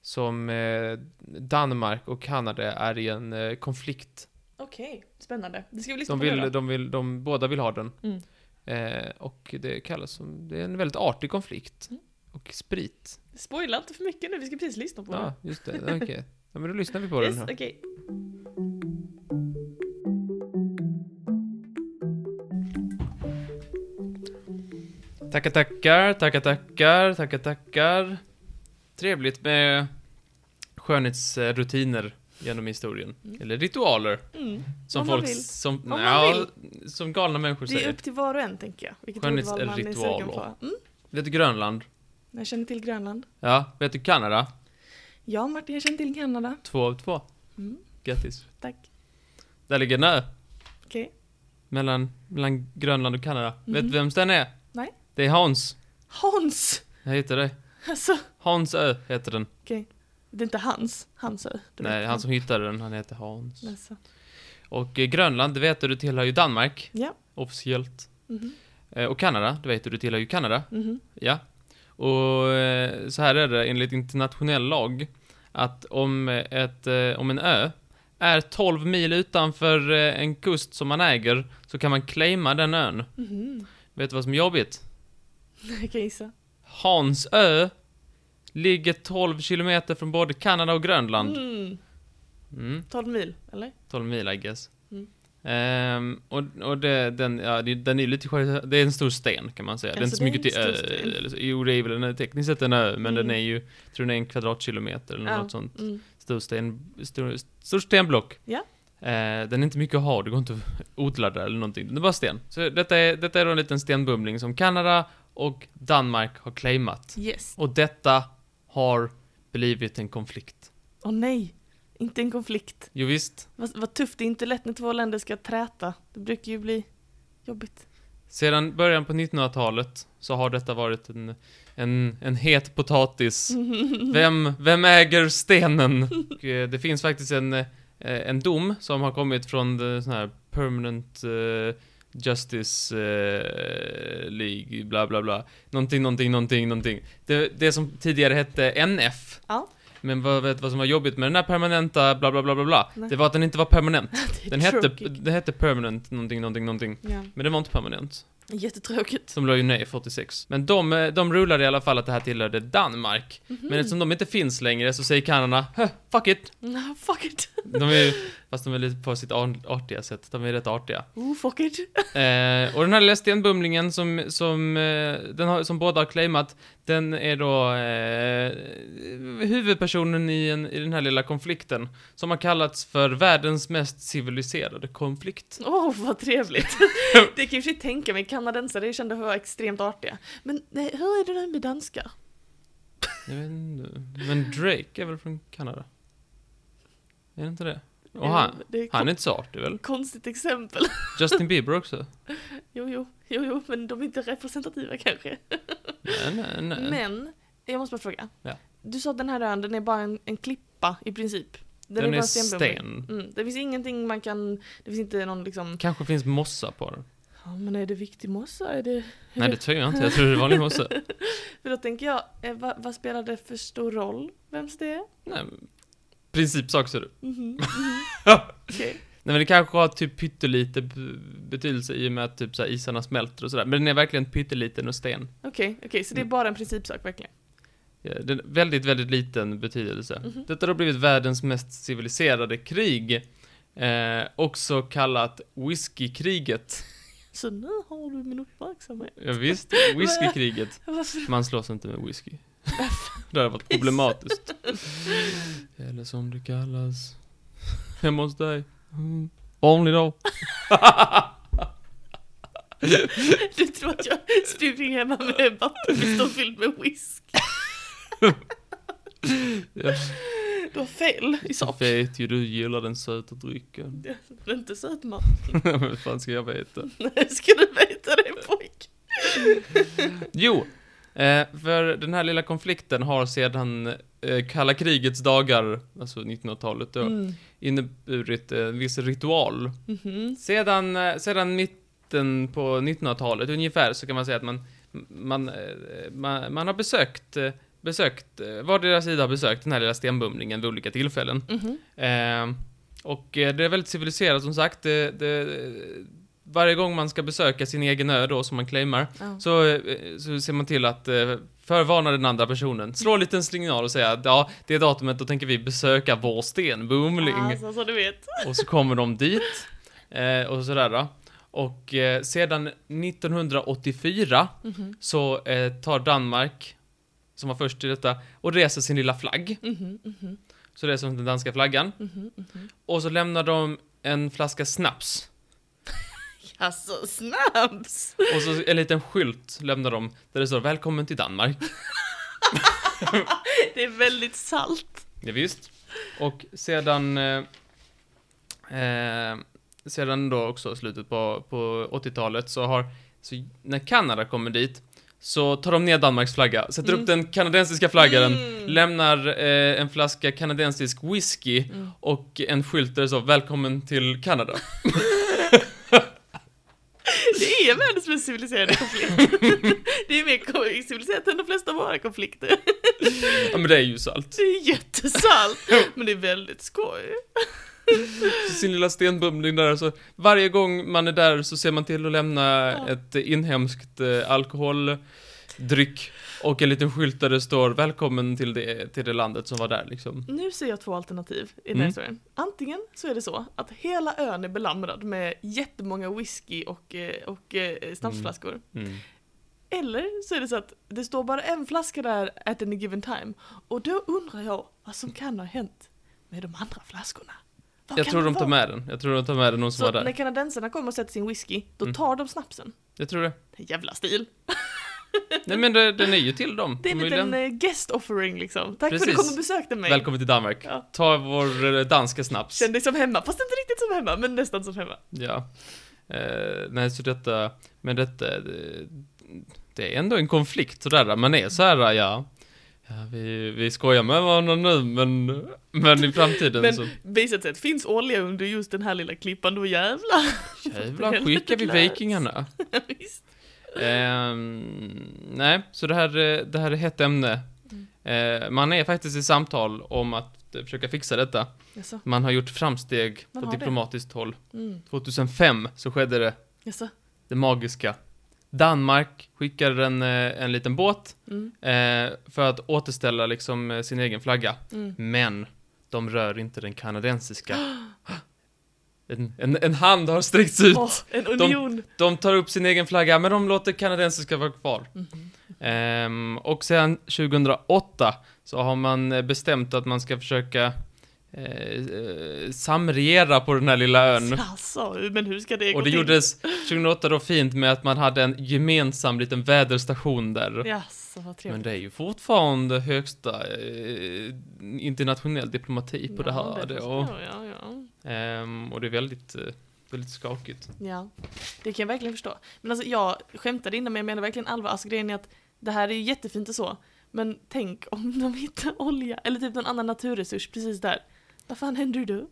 Speaker 2: som eh, Danmark och Kanada är i en eh, konflikt.
Speaker 1: Okej, spännande. Det ska vi lyssna
Speaker 2: De,
Speaker 1: på nu då.
Speaker 2: vill, de, vill, de båda vill ha den.
Speaker 1: Mm.
Speaker 2: Eh, Och det kallas som, det är en väldigt artig konflikt.
Speaker 1: Mm.
Speaker 2: Och sprit.
Speaker 1: Spoila inte för mycket nu, vi ska precis lyssna på
Speaker 2: Ja,
Speaker 1: det.
Speaker 2: just det. Okej. Ja, men då lyssnar vi på
Speaker 1: Yes,
Speaker 2: den här.
Speaker 1: okej.
Speaker 2: Tackar, tackar, tackar, tackar, tackar, tackar. Trevligt med skönhetsrutiner genom historien.
Speaker 1: Mm.
Speaker 2: Eller ritualer.
Speaker 1: Mm.
Speaker 2: Som
Speaker 1: Om man
Speaker 2: folk,
Speaker 1: vill.
Speaker 2: som,
Speaker 1: man
Speaker 2: ja, som galna människor
Speaker 1: Det är
Speaker 2: säger.
Speaker 1: upp till var och en, tänker jag. Vilket
Speaker 2: Skönhets-
Speaker 1: ordval man är sugen
Speaker 2: ritualer.
Speaker 1: på. Mm.
Speaker 2: Vet du Grönland?
Speaker 1: Jag känner till Grönland.
Speaker 2: Ja. Vet du Kanada?
Speaker 1: Ja, Martin, jag känner till Kanada.
Speaker 2: Två av två.
Speaker 1: Mm.
Speaker 2: Grattis.
Speaker 1: Tack.
Speaker 2: Där ligger en ö.
Speaker 1: Okej.
Speaker 2: Mellan, mellan Grönland och Kanada. Vet du
Speaker 1: Mhm.
Speaker 2: vems den är?
Speaker 1: Nej.
Speaker 2: Det är Hans.
Speaker 1: Hans!
Speaker 2: Jag heter det.
Speaker 1: Alltså,
Speaker 2: Hans ö heter den.
Speaker 1: okej. Det är inte hans. Hans ö. Du
Speaker 2: Nej,
Speaker 1: vet.
Speaker 2: han som hittade den, han heter Hans.
Speaker 1: Alltså.
Speaker 2: Och eh, Grönland, det vet du, det tillhör ju Danmark.
Speaker 1: Ja.
Speaker 2: Officiellt.
Speaker 1: Mhm.
Speaker 2: Eh, Och Kanada, det vet du, det tillhör ju Kanada.
Speaker 1: Mhm.
Speaker 2: Ja. Och eh, så här är det enligt internationell lag att om, eh, ett, eh, om en ö är 12 mil utanför eh, en kust som man äger så kan man claima den ön.
Speaker 1: Mhm.
Speaker 2: Vet du vad som är jobbigt?
Speaker 1: Jag kan gissa.
Speaker 2: Hans ö ligger 12 kilometer från både Kanada och Grönland.
Speaker 1: Mm.
Speaker 2: Mm,
Speaker 1: 12 mil, eller?
Speaker 2: 12 mil I guess.
Speaker 1: Mm.
Speaker 2: Ehm, och och det, den, ja, det- den är lite skör- det är en stor sten kan man säga. det är
Speaker 1: Alltså,
Speaker 2: inte så
Speaker 1: det är en
Speaker 2: mycket till
Speaker 1: stor
Speaker 2: ö.
Speaker 1: sten.
Speaker 2: Eller, så- jo, det är väl en, ö- tekniskt sett en ö, men den
Speaker 1: Mm.
Speaker 2: är ju, jag tror den är en kvadratkilometer eller
Speaker 1: Ja.
Speaker 2: något sånt.
Speaker 1: Mm.
Speaker 2: Stor, sten, stor, stor stenblock.
Speaker 1: Ja.
Speaker 2: Eh, den är inte mycket att ha, det går inte att odla där eller någonting. Det är bara sten. Så detta är, detta är då en liten stenbumling som Kanada och Danmark har claimat.
Speaker 1: Yes.
Speaker 2: Och detta har blivit en konflikt.
Speaker 1: Åh nej, inte en konflikt.
Speaker 2: Jo, visst.
Speaker 1: Vad, vad tufft, det är inte lätt när två länder ska träta. Det brukar ju bli jobbigt.
Speaker 2: Sedan början på 1900-talet så har detta varit en, en, en het potatis. Vem, vem äger stenen? Och, eh, det finns faktiskt en, eh, en dom som har kommit från the, sån här Permanent eh, Justice eh, League, bla bla bla. Någonting, någonting, någonting, någonting. Det, det som tidigare hette NF.
Speaker 1: Ja.
Speaker 2: Men vad, vet du vad som var jobbigt med den här permanenta bla bla bla bla bla?
Speaker 1: Nej.
Speaker 2: Det var att den inte var permanent.
Speaker 1: Det är
Speaker 2: Den hette,
Speaker 1: tråkigt.
Speaker 2: den hette permanent någonting, någonting, någonting.
Speaker 1: Ja,
Speaker 2: Men den var inte permanent.
Speaker 1: jättetråkigt.
Speaker 2: Som la ju nej 46. Men de, eh, de rullade i alla fall att det här tillhörde Danmark.
Speaker 1: Mm.
Speaker 2: Men eftersom de inte finns längre så säger Kanada "Huh, fuck it.
Speaker 1: Mm-hmm. Nah, fuck it.
Speaker 2: De är, fast de är lite på sitt ar- artiga sätt. De är rätt artiga.
Speaker 1: Oh, fuck it.
Speaker 2: Eh, och den här lilla stenbumlingen som, som, eh, den har, som båda har claimat, den är då eh, huvudpersonen i, en, i den här lilla konflikten. Som har kallats för världens mest civiliserade konflikt.
Speaker 1: Åh, vad trevligt. Det kan jag i och för sig tänka mig. Kanadensare är kända för att vara extremt artiga. Men nej, hur är det nu med danskar?
Speaker 2: Jag vet inte. Men Drake är väl från Kanada? Är det inte det? Och han,
Speaker 1: Det är
Speaker 2: han
Speaker 1: ett
Speaker 2: är inte så artig väl?
Speaker 1: konstigt exempel.
Speaker 2: Justin Bieber också?
Speaker 1: Jo, jo, jo, jo, men de är inte representativa kanske.
Speaker 2: Nej, nej, nej.
Speaker 1: Men, jag måste bara fråga.
Speaker 2: Ja.
Speaker 1: Du sa att den här ön, den är bara en, en klippa i princip.
Speaker 2: Den,
Speaker 1: bara
Speaker 2: är
Speaker 1: stenbubblig.
Speaker 2: sten.
Speaker 1: Mm, det finns ingenting man kan, det finns inte någon liksom,
Speaker 2: Kanske finns mossa på den.
Speaker 1: ja men är det viktig mossa? Är det...
Speaker 2: Nej, det tror jag inte. Jag tror det är vanlig mossa.
Speaker 1: För då tänker jag, eh, vad, vad spelar det för stor roll vems det är?
Speaker 2: Nej, men- principsak ser du.
Speaker 1: Mhm. Okej.
Speaker 2: Nej, men det kanske har typ pyttelite b- betydelse i och med att typ så här isarna smälter och sådär. Men den är verkligen pytteliten och sten.
Speaker 1: Okej, okej, så det är bara en principsak verkligen.
Speaker 2: Ja, Den är väldigt, väldigt liten betydelse.
Speaker 1: Mhm.
Speaker 2: Detta har blivit världens mest civiliserade krig. Eh, också kallat whiskykriget.
Speaker 1: Så nu har du min uppmärksamhet.
Speaker 2: Ja, visst, whiskykriget.
Speaker 1: Varför?
Speaker 2: Man slås inte med whisky. det har varit problematiskt. Eller som det kallas. Hemma hos dig. Mm. Vanlig dag.
Speaker 1: Du tror att jag springer hemma med en vattenpistol fylld med whisky?
Speaker 2: Ja.
Speaker 1: Du har fel i sak.
Speaker 2: Vet ju du gillar den söta drycken.
Speaker 1: Det är inte söt man.
Speaker 2: Vad fan ska jag veta?
Speaker 1: Nej, Ska du veta det pojk?
Speaker 2: Jo, eh, för den här lilla konflikten har sedan eh, kalla krigets dagar, alltså 1900-talet då,
Speaker 1: Mm.
Speaker 2: inneburit eh, en viss ritual.
Speaker 1: Mhm.
Speaker 2: Sedan, eh, sedan mitten på 1900-talet ungefär så kan man säga att man, man, eh, man, man har besökt, eh, besökt, eh, vardera sida har besökt den här lilla stenbumlingen vid olika tillfällen.
Speaker 1: Mhm.
Speaker 2: Eh, och eh, det är väldigt civiliserat som sagt. Det, det, varje gång man ska besöka sin egen ö då, som man claimar,
Speaker 1: Ja.
Speaker 2: så, eh, så ser man till att eh, förvarna den andra personen. Slå en liten signal och säga att ja, det datumet då tänker vi besöka vår stenbumling.
Speaker 1: Alltså, så du vet.
Speaker 2: Och så kommer de dit. Eh, och sådär. då. Och eh, sedan 1984
Speaker 1: Mhm.
Speaker 2: så eh, tar Danmark, som var först i detta, och reser sin lilla flagg.
Speaker 1: Mhm. Mhm.
Speaker 2: Så reser de den danska flaggan.
Speaker 1: Mhm. Mhm.
Speaker 2: Och så lämnar de en flaska snaps.
Speaker 1: Alltså snaps!
Speaker 2: Och så en liten skylt lämnar de där det står Välkommen till Danmark.
Speaker 1: Det är väldigt salt.
Speaker 2: Ja, visst. Och sedan... Eh, eh, sedan då också slutet på, på 80-talet så har... Så när Kanada kommer dit så tar de ner Danmarks flagga, sätter
Speaker 1: Mm.
Speaker 2: upp den kanadensiska flaggan,
Speaker 1: Mm.
Speaker 2: lämnar eh, en flaska kanadensisk whisky
Speaker 1: Mm.
Speaker 2: och en skylt där det står Välkommen till Kanada.
Speaker 1: Det är världens mest civiliserade konflikt. Det är mer ko- civiliserat än de flesta av våra konflikter.
Speaker 2: ja, men det är ju salt.
Speaker 1: Det är jättesalt, men det är väldigt skoj.
Speaker 2: sin lilla stenbumling där. Så varje gång man är där så ser man till att lämna
Speaker 1: Ja.
Speaker 2: ett inhemskt eh, alkoholdryck och en liten skylt där det står välkommen till det, till det landet som var där liksom.
Speaker 1: Nu ser jag två alternativ i den
Speaker 2: Mm.
Speaker 1: här historien. Antingen så är det så att hela ön är belamrad med jättemånga whisky och, eh, och eh, snapsflaskor.
Speaker 2: Mm.
Speaker 1: Eller så är det så att det står bara en flaska där at any given time. Och då undrar jag vad som kan ha hänt med de andra flaskorna. Vad
Speaker 2: Jag
Speaker 1: kan
Speaker 2: tror
Speaker 1: det
Speaker 2: de tar
Speaker 1: vara?
Speaker 2: med den. Jag tror de tar med den någon som
Speaker 1: Så
Speaker 2: var
Speaker 1: när
Speaker 2: där.
Speaker 1: kanadensarna kommer och sätter sin whisky, då
Speaker 2: Mm.
Speaker 1: tar de snapsen.
Speaker 2: Jag tror det.
Speaker 1: Jävla stil.
Speaker 2: Nej men det, den är ju till dem.
Speaker 1: Det är en
Speaker 2: De ju
Speaker 1: liten
Speaker 2: den-
Speaker 1: eh, guest offering liksom. Tack för att
Speaker 2: Precis.
Speaker 1: du kom och besökte mig.
Speaker 2: Välkommen till Danmark.
Speaker 1: Ja.
Speaker 2: Ta vår eh, danska snaps.
Speaker 1: Känn dig som hemma, fast inte riktigt som hemma, men nästan som hemma.
Speaker 2: Ja. Eh, nej, så detta, men detta, det, det är ändå en konflikt sådär, man är såhär, ja. ja vi, vi skojar med varandra nu, men, men i framtiden
Speaker 1: Men
Speaker 2: så
Speaker 1: visat sig att finns olja under just den här lilla klippan, då jävlar.
Speaker 2: jävlar
Speaker 1: Helvete
Speaker 2: skickar vi
Speaker 1: glass.
Speaker 2: vikingarna.
Speaker 1: Visst.
Speaker 2: Ehm, nej, så det här, eh, det här är hett ämne.
Speaker 1: Mm.
Speaker 2: Eh, man är faktiskt i samtal om att eh, försöka fixa detta.
Speaker 1: Jaså?
Speaker 2: Man har gjort framsteg
Speaker 1: Man
Speaker 2: på
Speaker 1: har det.
Speaker 2: diplomatiskt håll.
Speaker 1: Mm.
Speaker 2: 2005 så skedde det
Speaker 1: Jaså?
Speaker 2: det magiska. Danmark skickade en, eh, en liten båt
Speaker 1: Mm.
Speaker 2: eh, för att återställa liksom eh, sin egen flagga.
Speaker 1: Mm.
Speaker 2: Men de rör inte den kanadensiska. En, en, en hand har sträckts ut.
Speaker 1: Åh, en union!
Speaker 2: De tar upp sin egen flagga, men de låter kanadensiska vara kvar. Ehm, och sedan 2008 så har man eh, bestämt att man ska försöka eh, eh, samregera på den här lilla ön.
Speaker 1: Mm. Jaså, men hur ska det gå
Speaker 2: Och det
Speaker 1: till?
Speaker 2: gjordes 2008 då fint med att man hade en gemensam liten väderstation där.
Speaker 1: Jaså, vad
Speaker 2: Men
Speaker 1: trevligt.
Speaker 2: det är ju fortfarande högsta eh, internationell diplomati på det
Speaker 1: Ja,
Speaker 2: här. Det,
Speaker 1: förstår
Speaker 2: och,
Speaker 1: jag, ja, ja.
Speaker 2: ehm, och det är väldigt, eh, väldigt skakigt.
Speaker 1: Ja, det kan jag verkligen förstå. Men alltså jag skämtade innan men jag menar verkligen allvar. Alltså grejen är att det här är ju jättefint och så. Men tänk om de hittar olja eller typ någon annan naturresurs precis där. Vad fan händer då?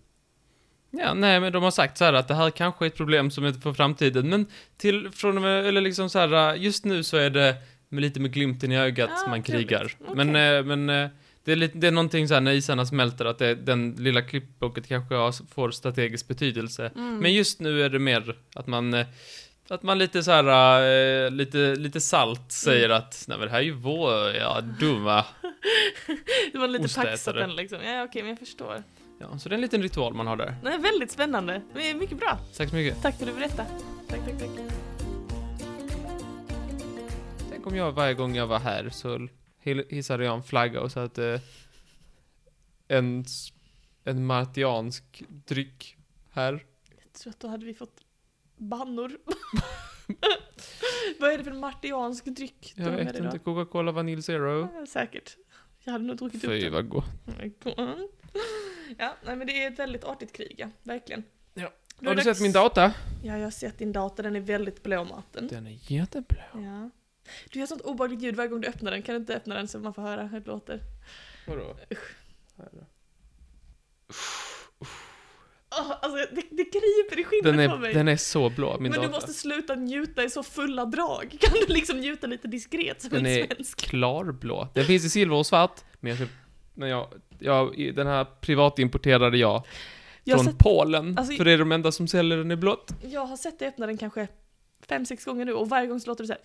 Speaker 2: Ja, nej, men de har sagt så här att det här kanske är ett problem som är för framtiden, men till, från och med, eller liksom så här, just nu så är det med lite med glimten i ögat
Speaker 1: Ah,
Speaker 2: man
Speaker 1: trevligt.
Speaker 2: krigar.
Speaker 1: Okej.
Speaker 2: Men, eh, men eh, det är, lite, det är någonting så här när isarna smälter, att det, den lilla klippblocket kanske har, får strategisk
Speaker 1: Mm.
Speaker 2: betydelse. Men just nu är det mer att man, eh, att man lite så här, eh, lite, lite salt säger
Speaker 1: Mm.
Speaker 2: att, nej men det här är ju vår, ja, dumma.
Speaker 1: Det var lite
Speaker 2: Ostätare.
Speaker 1: paxat den liksom. Ja, okej, men jag förstår.
Speaker 2: Ja, så det är en liten ritual man har där.
Speaker 1: Nej, väldigt spännande. Men Mycket bra.
Speaker 2: Tack så mycket.
Speaker 1: Tack för att du berättade. Tack, tack, tack.
Speaker 2: Tänk om jag varje gång jag var här så hil- hissade jag en flagga och sa att eh, en, s- en martiansk dryck här.
Speaker 1: Jag tror att då hade vi fått bannor. Vad är det för martiansk dryck?
Speaker 2: Jag
Speaker 1: de
Speaker 2: vet
Speaker 1: är idag?
Speaker 2: inte, Coca-Cola Vanilla Zero.
Speaker 1: Ja, Säkert. Jag hade nog druckit upp
Speaker 2: Fy
Speaker 1: det.
Speaker 2: vad gott.
Speaker 1: Mm. Ja, nej, men det är ett väldigt artigt krig, ja. Verkligen.
Speaker 2: Ja.
Speaker 1: Då
Speaker 2: Har
Speaker 1: är
Speaker 2: du
Speaker 1: det
Speaker 2: sett
Speaker 1: dags- Mm.
Speaker 2: min data?
Speaker 1: Ja, jag har sett din dator. Den är väldigt blå, Martin.
Speaker 2: Den är jätteblå.
Speaker 1: Ja. Du gör sånt obehagligt ljud varje gång du öppnar den. Kan du inte öppna den så man får höra hur det låter?
Speaker 2: Vadå?
Speaker 1: Åh, alltså, det, det kryper i skinnet
Speaker 2: Den
Speaker 1: på
Speaker 2: är,
Speaker 1: mig.
Speaker 2: den är så blå, min
Speaker 1: men
Speaker 2: data.
Speaker 1: du måste sluta njuta i så fulla drag. Kan du liksom njuta lite diskret som en
Speaker 2: Den är-
Speaker 1: svensk?
Speaker 2: Klarblå. Den finns i silver och svart, men jag, köp- men jag, jag i- den här privatimporterade jag
Speaker 1: Jag har,
Speaker 2: från
Speaker 1: sett,
Speaker 2: Polen.
Speaker 1: alltså-
Speaker 2: för det är de enda som säljer den i blått.
Speaker 1: jag har sett dig öppna den kanske fem, sex gånger nu och varje gång så låter det så här.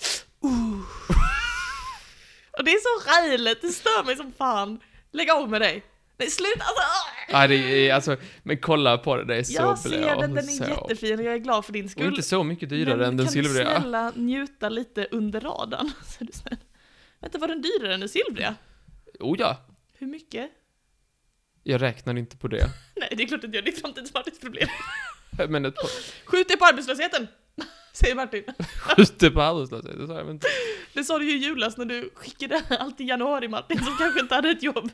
Speaker 1: "Ooh." och det är så räligt. Det stör mig som fan. Lägg av med dig. Nej, sluta! Alltså, åh!
Speaker 2: Nej, det är, alltså, men kolla på det, det är så blå.
Speaker 1: Jag ser den, den är
Speaker 2: så.
Speaker 1: jättefin och jag är glad för din
Speaker 2: Och
Speaker 1: skull.
Speaker 2: inte så mycket dyrare
Speaker 1: Men
Speaker 2: än den silvriga.
Speaker 1: Kan du snälla njuta lite under radarn? Så är du snäll. Vänta, var den dyrare än den silvriga?
Speaker 2: Oh ja,
Speaker 1: Hur mycket?
Speaker 2: jag räknar inte på det.
Speaker 1: Nej, det är klart att jag det är framtidens Martins problem.
Speaker 2: Men ett par
Speaker 1: Skjut dig på arbetslösheten! Säger Martin.
Speaker 2: skjuter på arbetslösheten, så jag vet inte.
Speaker 1: Det sa du ju i julas när du skickade allt i januari Martin som kanske inte hade ett jobb.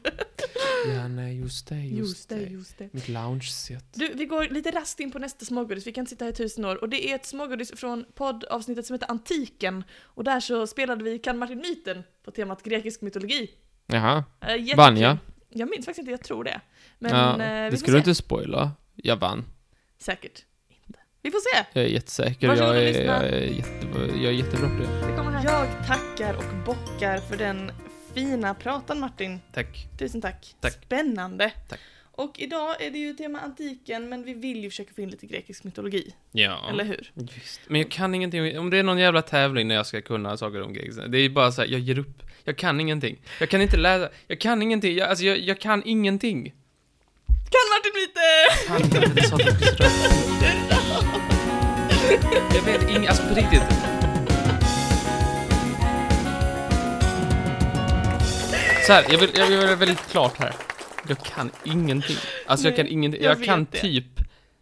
Speaker 2: Ja, nej, just det, just, det.
Speaker 1: just det.
Speaker 2: Mitt lounge-set.
Speaker 1: Du, vi går lite rast in på nästa smågodis, vi kan inte sitta här i tusen år. Och det är ett smågodis från poddavsnittet som heter Antiken. Och där så spelade vi Kan Martin Myten på temat grekisk mytologi.
Speaker 2: Jaha,
Speaker 1: Eh, jättekul.
Speaker 2: vann jag?
Speaker 1: Jag minns faktiskt inte, jag tror det. Men
Speaker 2: ja,
Speaker 1: eh, vi
Speaker 2: det
Speaker 1: får
Speaker 2: skulle du
Speaker 1: se.
Speaker 2: inte spoila. Jag vann.
Speaker 1: Säkert inte. Vi får se!
Speaker 2: Jag är jättesäker.
Speaker 1: Varsågod
Speaker 2: Jag
Speaker 1: och
Speaker 2: är,
Speaker 1: lyssna.
Speaker 2: jag, är jätte, jag är jättebra på det.
Speaker 1: Det kommer här. Jag tackar och bockar för den fina pratan Martin.
Speaker 2: Tack.
Speaker 1: Tusen tack.
Speaker 2: Tack.
Speaker 1: Spännande.
Speaker 2: Tack.
Speaker 1: Och idag är det ju tema antiken, men vi vill ju försöka få in lite grekisk mytologi,
Speaker 2: Ja.
Speaker 1: eller hur?
Speaker 2: Just. Men jag kan ingenting. Om det är någon jävla tävling när jag ska kunna saker om gigs. Det är bara så här, jag ger upp. Jag kan ingenting. Jag kan inte läsa. Jag kan ingenting. Jag, alltså, jag, jag kan ingenting.
Speaker 1: Kan Martin Myte!
Speaker 2: Fan, jag vet saker och ting. Jag vet inget. Alltså på riktigt. Så här, jag vill, jag vill vara väldigt klart här. Jag kan ingenting. Alltså jag
Speaker 1: Nej,
Speaker 2: kan ingenting.
Speaker 1: jag
Speaker 2: Jag,
Speaker 1: vet
Speaker 2: kan
Speaker 1: det.
Speaker 2: typ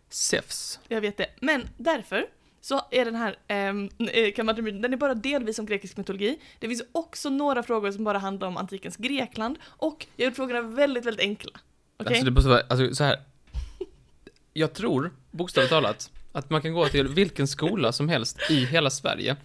Speaker 2: SEFS.
Speaker 1: Jag vet det. Men därför så är den här ehm, eh, Kamadrimyten, den är bara delvis om grekisk mytologi. Det finns också några frågor som bara handlar om antikens Grekland och jag har gjort frågorna väldigt, väldigt enkla. Okej?
Speaker 2: Alltså det måste vara, alltså så här. Jag tror, bokstavligt talat, att man kan gå till vilken skola som helst i hela Sverige,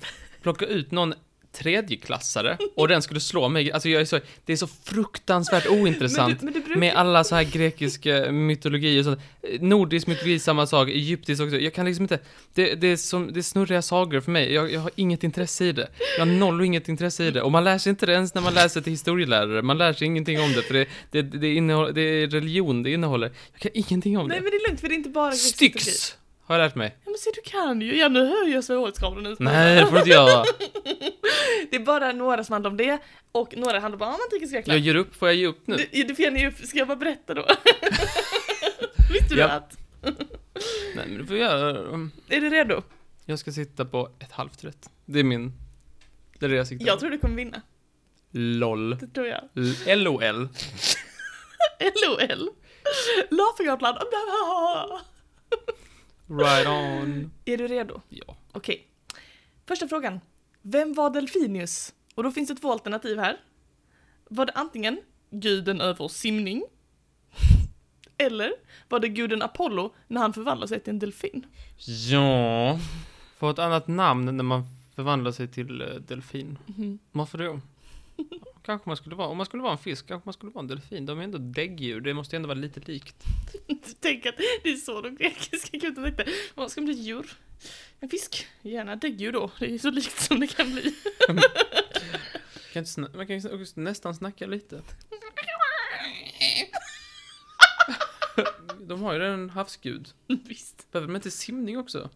Speaker 2: plocka ut någon tredjeklassare och den skulle slå mig. Alltså jag är så, det är så fruktansvärt ointressant.
Speaker 1: Men du, men du brukar...
Speaker 2: Med alla så här grekiska mytologi och sånt. Nordisk mytologi samma sak, egyptisk också. Jag kan liksom inte, det, det, är, som, det är snurriga sagor för mig. Jag, jag har inget intresse i det. Jag har noll och inget intresse i det. Och man lär sig inte det ens när man läser till historielärare. Man lär sig ingenting om det, för det, det, det, innehåller, det är religion det innehåller. Jag kan ingenting om
Speaker 1: Nej
Speaker 2: det.
Speaker 1: men det är lugnt för det är inte bara grekisk mytologi.
Speaker 2: Styx! Har jag lärt mig.
Speaker 1: Ja men se du kan ju, ja nu höjer jag svårighetsgraden nu.
Speaker 2: Nej, det får du inte göra.
Speaker 1: Det är bara några som handlar om det och några handlar bara om antikens
Speaker 2: Jag
Speaker 1: Grekland.
Speaker 2: ger upp, får jag ge upp nu?
Speaker 1: Du, du får gärna ge upp, ska jag bara berätta då? Visste du
Speaker 2: Ja.
Speaker 1: att?
Speaker 2: Nej, men det får jag göra. Mm.
Speaker 1: Är du redo?
Speaker 2: Jag ska sitta på ett halvt rätt. Det är min... Det är det jag siktar
Speaker 1: Jag
Speaker 2: på.
Speaker 1: tror du kommer vinna.
Speaker 2: LOL.
Speaker 1: Det tror jag.
Speaker 2: L- LOL.
Speaker 1: LOL. Laughing out loud.
Speaker 2: Right on.
Speaker 1: Är du redo?
Speaker 2: Ja.
Speaker 1: Okej. Första frågan. Vem var Delfinius? Och då finns det två alternativ här. Var det antingen guden över simning? Eller var det guden Apollo när han förvandlade sig till en delfin?
Speaker 2: Ja. Få ett annat namn när man förvandlar sig till eh, delfin. Varför då? Kanske man skulle vara, om man skulle vara en fisk, kanske man skulle vara en delfin. De är ändå däggdjur, det måste ju ändå vara lite likt.
Speaker 1: Tänk att det är så de grekiska gudarna tänkte. Vad ska man bli ett djur? En fisk? Gärna ett däggdjur då. Det är ju så likt som det kan bli.
Speaker 2: Kan inte sna- man kan ju sn- också nästan snacka lite. De har ju redan en havsgud.
Speaker 1: Visst.
Speaker 2: Behöver de inte simning också?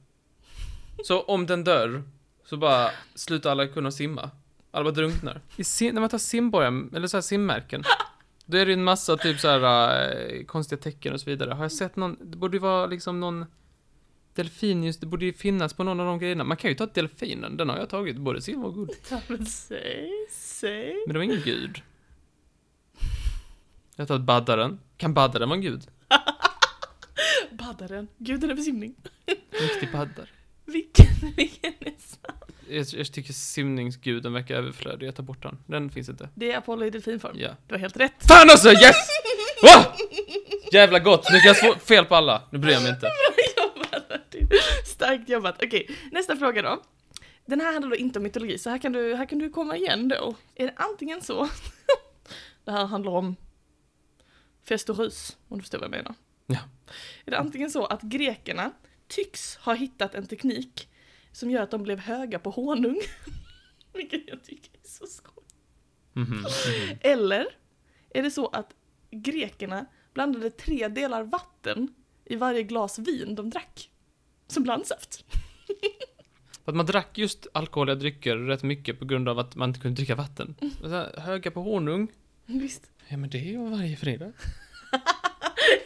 Speaker 2: Så om den dör, så bara slutar alla kunna simma. Alla bara drunknar. I sim- när man tar simbojan, eller så här simmärken, då är det ju en massa typ så här eh, konstiga tecken och så vidare. Har jag sett någon, det borde ju vara liksom någon delfinius, det borde ju finnas på någon av de grejerna. Man kan ju ta delfinen, den har jag tagit, både silver och guld.
Speaker 1: Ja, men säg, säg.
Speaker 2: Men det var ingen gud. Jag har tagit baddaren. Kan baddaren vara en gud?
Speaker 1: Baddaren. Guden över simning.
Speaker 2: En Riktig baddare.
Speaker 1: Vilken, vilken är sann?
Speaker 2: Jag, jag tycker simningsguden verkar överflödig, jag tar bort den. Den finns inte.
Speaker 1: Det är Apollo i delfinform.
Speaker 2: Ja.
Speaker 1: Du har helt rätt.
Speaker 2: Fan alltså, yes! Åh! Jävla gott, nu kan jag svå- fel på alla. Nu bryr jag mig inte.
Speaker 1: Bra jobbat Martin. Starkt jobbat. Okej, nästa fråga då. Den här handlar då inte om mytologi, så här kan du, här kan du komma igen då. Är det antingen så, det här handlar om fest och rus, om du förstår vad jag menar.
Speaker 2: Ja.
Speaker 1: Är det antingen så att grekerna tycks ha hittat en teknik som gör att de blev höga på honung, vilket jag tycker är så skoj.
Speaker 2: Mhm, mhm.
Speaker 1: Eller är det så att grekerna blandade tre delar vatten i varje glas vin de drack? Som blandsaft.
Speaker 2: För att man drack just alkoholiga drycker rätt mycket på grund av att man inte kunde dricka vatten. Och så här, Höga på honung.
Speaker 1: Visst.
Speaker 2: Ja men det är jag varje fredag.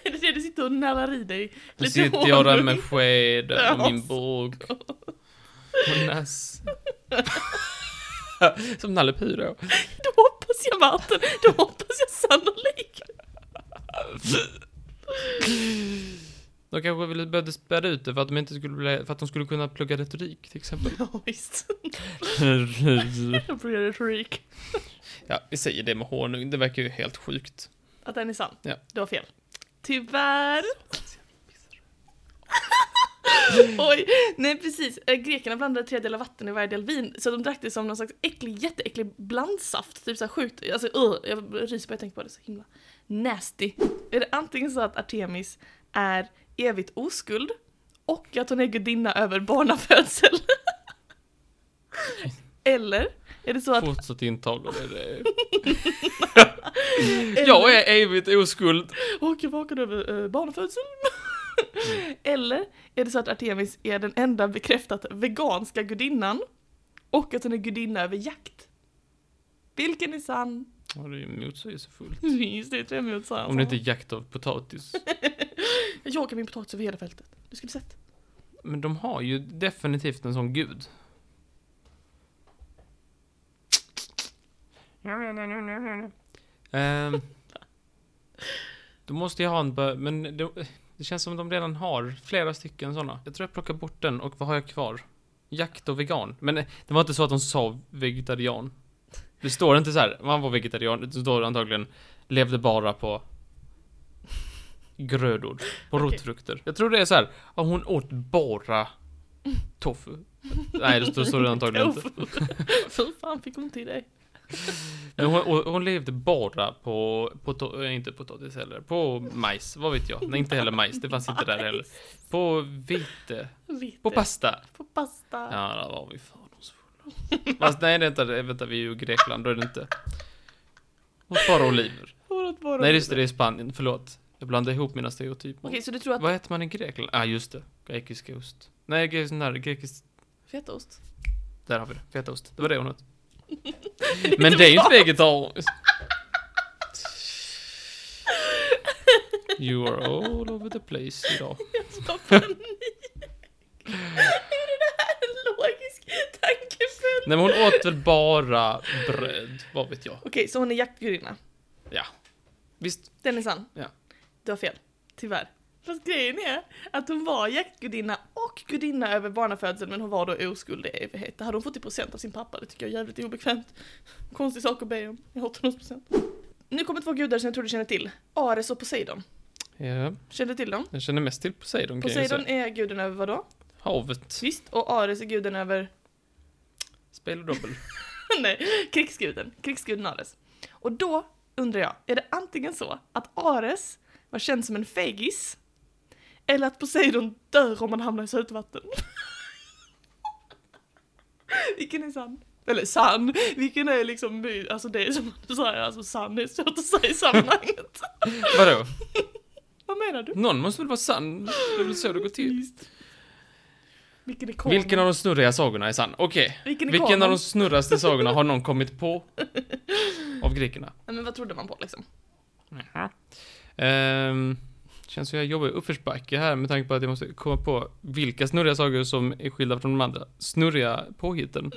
Speaker 1: Är det det du sitter och nallar i dig?
Speaker 2: Då
Speaker 1: Lite
Speaker 2: sitter jag där
Speaker 1: honung.
Speaker 2: med skeden och
Speaker 1: Ja.
Speaker 2: min båg. Och näs. Som Nalle Puh då.
Speaker 1: Då hoppas jag Martin, då hoppas jag sannolikt.
Speaker 2: De kanske ville behövde späda ut det för att de inte skulle bli, för att de skulle kunna plugga retorik till exempel.
Speaker 1: Ja visst. Då blir det retorik.
Speaker 2: ja, vi säger det med honung, det verkar ju helt sjukt.
Speaker 1: Att den är sann.
Speaker 2: Ja.
Speaker 1: Du har fel. Tyvärr. Oj, nej precis. Eh, Grekerna blandade tre delar vatten i varje del vin, så de drack det som någon slags äcklig, jätteäcklig blandsaft. Typ såhär sjukt, alltså uh, jag ryser bara jag tänker på det, så himla nasty. Är det antingen så att Artemis är evigt oskuld och att hon är gudinna över barnafödsel? Eller är det så att...
Speaker 2: Fortsatt intag och det är det. Jag är evigt oskuld.
Speaker 1: Och jag vaknade över uh, barnafödsel.
Speaker 2: Mm.
Speaker 1: Eller är det så att Artemis är den enda bekräftat veganska gudinnan och att hon är gudinna över jakt? Vilken är sann?
Speaker 2: Ja, det är ju motsägelsefullt.
Speaker 1: Just det, tre minuter sa jag.
Speaker 2: Om det inte är jakt av potatis.
Speaker 1: Jag jagar min potatis över hela fältet. Du skulle sett.
Speaker 2: Men de har ju definitivt en sån gud. Ehm, de måste ju ha en bö- men de, Det känns som de redan har flera stycken sådana. Jag tror jag plockar bort den och vad har jag kvar? Jakt och vegan. Men eh, det var inte så att de sa vegetarian. Det står inte så här, man var vegetarian. Det står antagligen levde bara på grödor, på
Speaker 1: Okej.
Speaker 2: rotfrukter. Jag tror det är så här, ja, hon åt bara tofu. Nej, det står- står det antagligen inte.
Speaker 1: Hur Oh, fan fick hon till det?
Speaker 2: Men hon, hon, hon levde bara på, på to, eh, inte potatis heller, på majs, vad vet jag. Nej, inte heller majs, det fanns inte där heller. På vite,
Speaker 1: Vite.
Speaker 2: på pasta.
Speaker 1: På pasta.
Speaker 2: Ja, där var vi fördomsfulla. Fast nej, vänta, det- Eh, vänta, vi är ju i Grekland, då är det inte. Hon bara oliver.
Speaker 1: Hon åt bara
Speaker 2: Nej, just det, det är Spanien, förlåt. Jag blandade ihop mina stereotyper.
Speaker 1: Okej, så du tror att
Speaker 2: Vad äter man i Grekland? Ah, just det. Grekisk ost. Nej, grekisk, sån här, grekisk,
Speaker 1: fetaost?
Speaker 2: där har vi det. Fetaost. Det var det hon åt. Men det är ju inte vegetariskt. You are all over the place idag.
Speaker 1: Vad fan är Är det här en logisk tankeföljd?
Speaker 2: Nej men hon åt väl bara bröd, vad vet jag.
Speaker 1: Okej, så hon är jaktgudinna.
Speaker 2: Visst,
Speaker 1: Den är sann.
Speaker 2: Ja.
Speaker 1: Du har fel. Tyvärr. Fast grejen är att hon var jaktgudinna och gudinna över barnafödseln men hon var då oskuld i evighet. Det hade hon fått i procent av sin pappa, det tycker jag är jävligt obekvämt. Konstig sak att be om. Jag har 800 procent. Nu kommer två gudar som jag tror du känner till. Ares och Poseidon.
Speaker 2: ja,
Speaker 1: Känner du till dem?
Speaker 2: jag känner mest till Poseidon kan jag ju
Speaker 1: Poseidon
Speaker 2: säga.
Speaker 1: är guden över vadå?
Speaker 2: Havet.
Speaker 1: Visst, och Ares är guden över...
Speaker 2: Spel och dobbel.
Speaker 1: Nej, krigsguden. Krigsguden Ares. Och då undrar jag, är det antingen så att Ares var känd som en fegis, eller att Poseidon dör om man hamnar i sötvatten? Vilken är sann? Eller sann, vilken är liksom my- alltså det är som du säger, alltså sann är svårt att säga i sammanhanget.
Speaker 2: Vadå?
Speaker 1: Vad menar du?
Speaker 2: Någon måste väl vara sann? Det är väl så det går till.
Speaker 1: Visst. Vilken är kon?
Speaker 2: Vilken av de snurriga sagorna är sann? Okej.
Speaker 1: vilken är
Speaker 2: Vilken av
Speaker 1: konen?
Speaker 2: de snurraste sagorna har någon kommit på? Av grekerna.
Speaker 1: Nej, Men vad trodde man på liksom?
Speaker 2: Ehm, känns som jag jobbar i uppförsbacke här med tanke på att jag måste komma på vilka snurriga sagor som är skilda från de andra snurriga påhitten.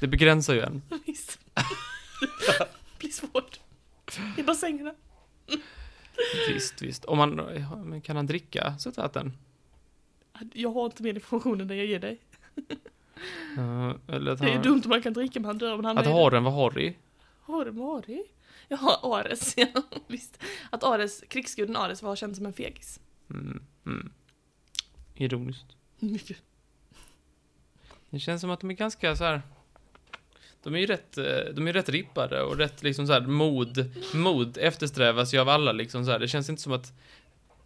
Speaker 2: Det begränsar ju en.
Speaker 1: Visst. det blir svårt. I bassängerna.
Speaker 2: Visst, visst. Om man, ja, men kan han dricka sötvatten?
Speaker 1: Jag har inte mer information än det jag ger dig.
Speaker 2: Uh, eller att
Speaker 1: Det är ju
Speaker 2: han,
Speaker 1: dumt om man kan dricka men han dör men han
Speaker 2: att
Speaker 1: är...
Speaker 2: haren var harrig?
Speaker 1: Har du Mari? Jaha, Ares. Ja, visst. Att Ares, krigsguden Ares var känd som en fegis.
Speaker 2: Mm, mm. Ironiskt.
Speaker 1: Mycket.
Speaker 2: Det känns som att de är ganska så här. De är ju rätt, eh, de är rätt rippade och rätt liksom så här mod, mod eftersträvas ju av alla liksom så här. Det känns inte som att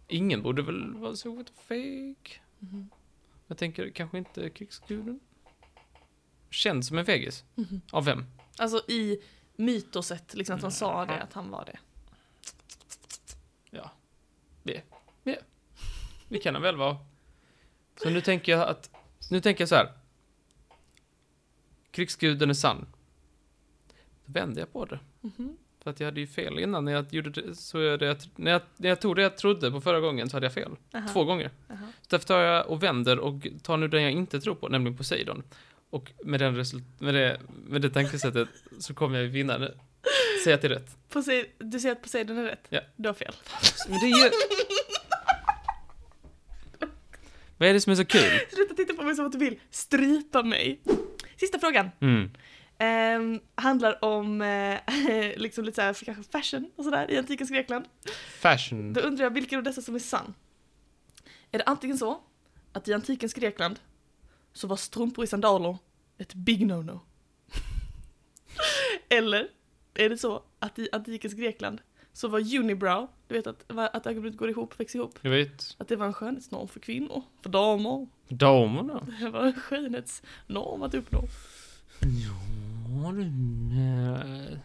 Speaker 2: ingen borde väl vara så feg.
Speaker 1: Mhm.
Speaker 2: Mm-hmm. Jag tänker kanske inte krigsguden. Känns som en fegis. Av vem?
Speaker 1: Alltså i mytoset, liksom att man sa
Speaker 2: Mm-hmm.
Speaker 1: det, att han var det.
Speaker 2: Det kan han väl vara. Så nu tänker jag att, nu tänker jag så här. Krigsguden är sann. Då vände jag på det.
Speaker 1: Mhm.
Speaker 2: För att jag hade ju fel innan när jag gjorde det, så är det, jag- när, jag, när jag tog det jag trodde på förra gången så hade jag fel.
Speaker 1: Aha.
Speaker 2: Två gånger.
Speaker 1: Aha.
Speaker 2: Så därför tar jag och vänder och tar nu den jag inte tror på, nämligen Poseidon. Och med, den result- med, det, med det tankesättet så kommer jag ju vinna nu. Säg att det är rätt.
Speaker 1: Posei- du säger att Poseidon är rätt?
Speaker 2: Ja.
Speaker 1: Du har fel.
Speaker 2: Men det är ju... Vad är det som är så kul?
Speaker 1: Sluta titta på mig som att du vill strypa mig. Sista frågan.
Speaker 2: Mm.
Speaker 1: Ehm, handlar om eh, liksom lite såhär, kanske fashion och sådär i antikens Grekland.
Speaker 2: Fashion.
Speaker 1: Då undrar jag vilken av dessa som är sann. Är det antingen så att i antikens Grekland så var strumpor i sandaler ett big no-no? Eller är det så att i antikens Grekland så var unibrow, du vet att, att ögonbrynet går ihop, växer ihop,
Speaker 2: Jag vet.
Speaker 1: att det var en skönhetsnorm för kvinnor, för damer.
Speaker 2: Damerna.
Speaker 1: Det var en skönhetsnorm att uppnå.
Speaker 2: Ja, det är... eh,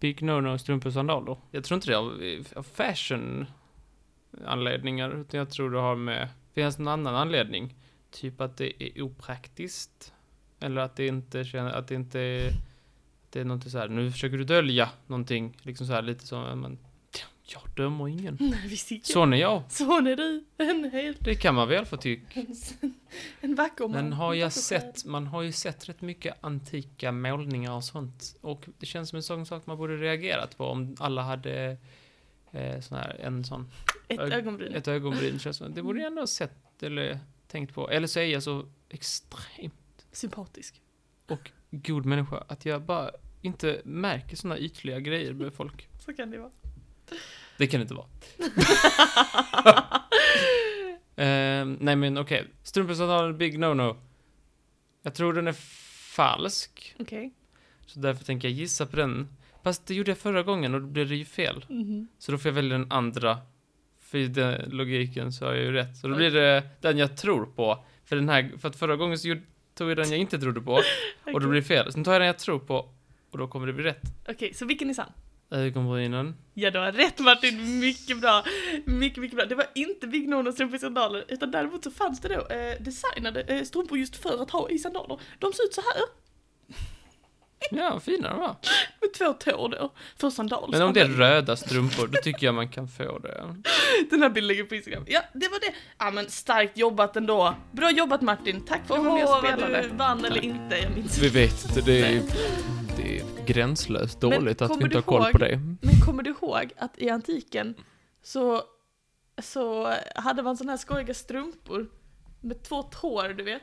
Speaker 2: Big no-no, strumpor och sandaler. Jag tror inte det av, av fashion-anledningar, utan jag tror det har med... Finns någon annan anledning? Typ att det är opraktiskt. Eller att det inte känner, att det inte är... Det är någonting så här, nu försöker du dölja någonting. Liksom så här lite som, ja, men... Jag dömer ingen.
Speaker 1: Nej, visst icke.
Speaker 2: Sån är jag.
Speaker 1: Sån är du, en hel...
Speaker 2: Det kan man väl få tycka.
Speaker 1: En vacker man.
Speaker 2: Men har
Speaker 1: En
Speaker 2: jag
Speaker 1: vacker själ.
Speaker 2: sett, man har ju sett rätt mycket antika målningar och sånt. Och det känns som en sån sak man borde reagerat på om alla hade eh, sån här, en sån,
Speaker 1: Ett
Speaker 2: Ög-
Speaker 1: ögonbryn.
Speaker 2: äh,
Speaker 1: Mm.
Speaker 2: ett ögonbryn känns som, det borde jag ändå ha sett eller tänkt på. Eller så är jag så extremt
Speaker 1: Sympatisk.
Speaker 2: god människa att jag bara inte märker såna ytliga grejer med folk.
Speaker 1: Så kan det vara.
Speaker 2: Det kan det inte vara. Eh, nej men okej, strumpesandalen, big no-no. Jag tror den är falsk,
Speaker 1: Okej.
Speaker 2: så därför tänker jag gissa på den. Fast det gjorde jag förra gången och då blev det ju fel.
Speaker 1: Mhm.
Speaker 2: Så då får jag välja den andra. För i den logiken så har jag ju rätt. Så då blir det den jag tror på. För, den här, för att förra gången så gjorde- tog jag den jag inte trodde på och då blir det fel. Sen tar jag den jag tror på och då kommer det bli rätt.
Speaker 1: Okej, så vilken är sann?
Speaker 2: Ögonbrynen.
Speaker 1: Ja, du har rätt Martin. Mycket bra. Mycket, mycket bra. Det var inte Big Nono strumpor i sandaler, utan däremot så fanns det då eh, designade eh, strumpor just för att ha i sandaler. De ser ut så här,
Speaker 2: Ja, vad fina de var.
Speaker 1: med två tår då, för sandal.
Speaker 2: Men om det är röda strumpor, då tycker jag man kan få det.
Speaker 1: Den här bilden ligger på Instagram. Ja, det var det. Ja, men starkt jobbat ändå. Bra jobbat Martin. Tack för att du var med och
Speaker 2: Åh, vad
Speaker 1: spelade.
Speaker 2: du
Speaker 1: vann eller inte, jag minns
Speaker 2: Vi vet inte, det är, det är gränslöst
Speaker 1: Men
Speaker 2: dåligt att vi
Speaker 1: kommer
Speaker 2: inte
Speaker 1: du
Speaker 2: har koll på
Speaker 1: ihåg-
Speaker 2: det.
Speaker 1: Men kommer du ihåg att i antiken så, så hade man sådana här skojiga strumpor med två tår, du vet?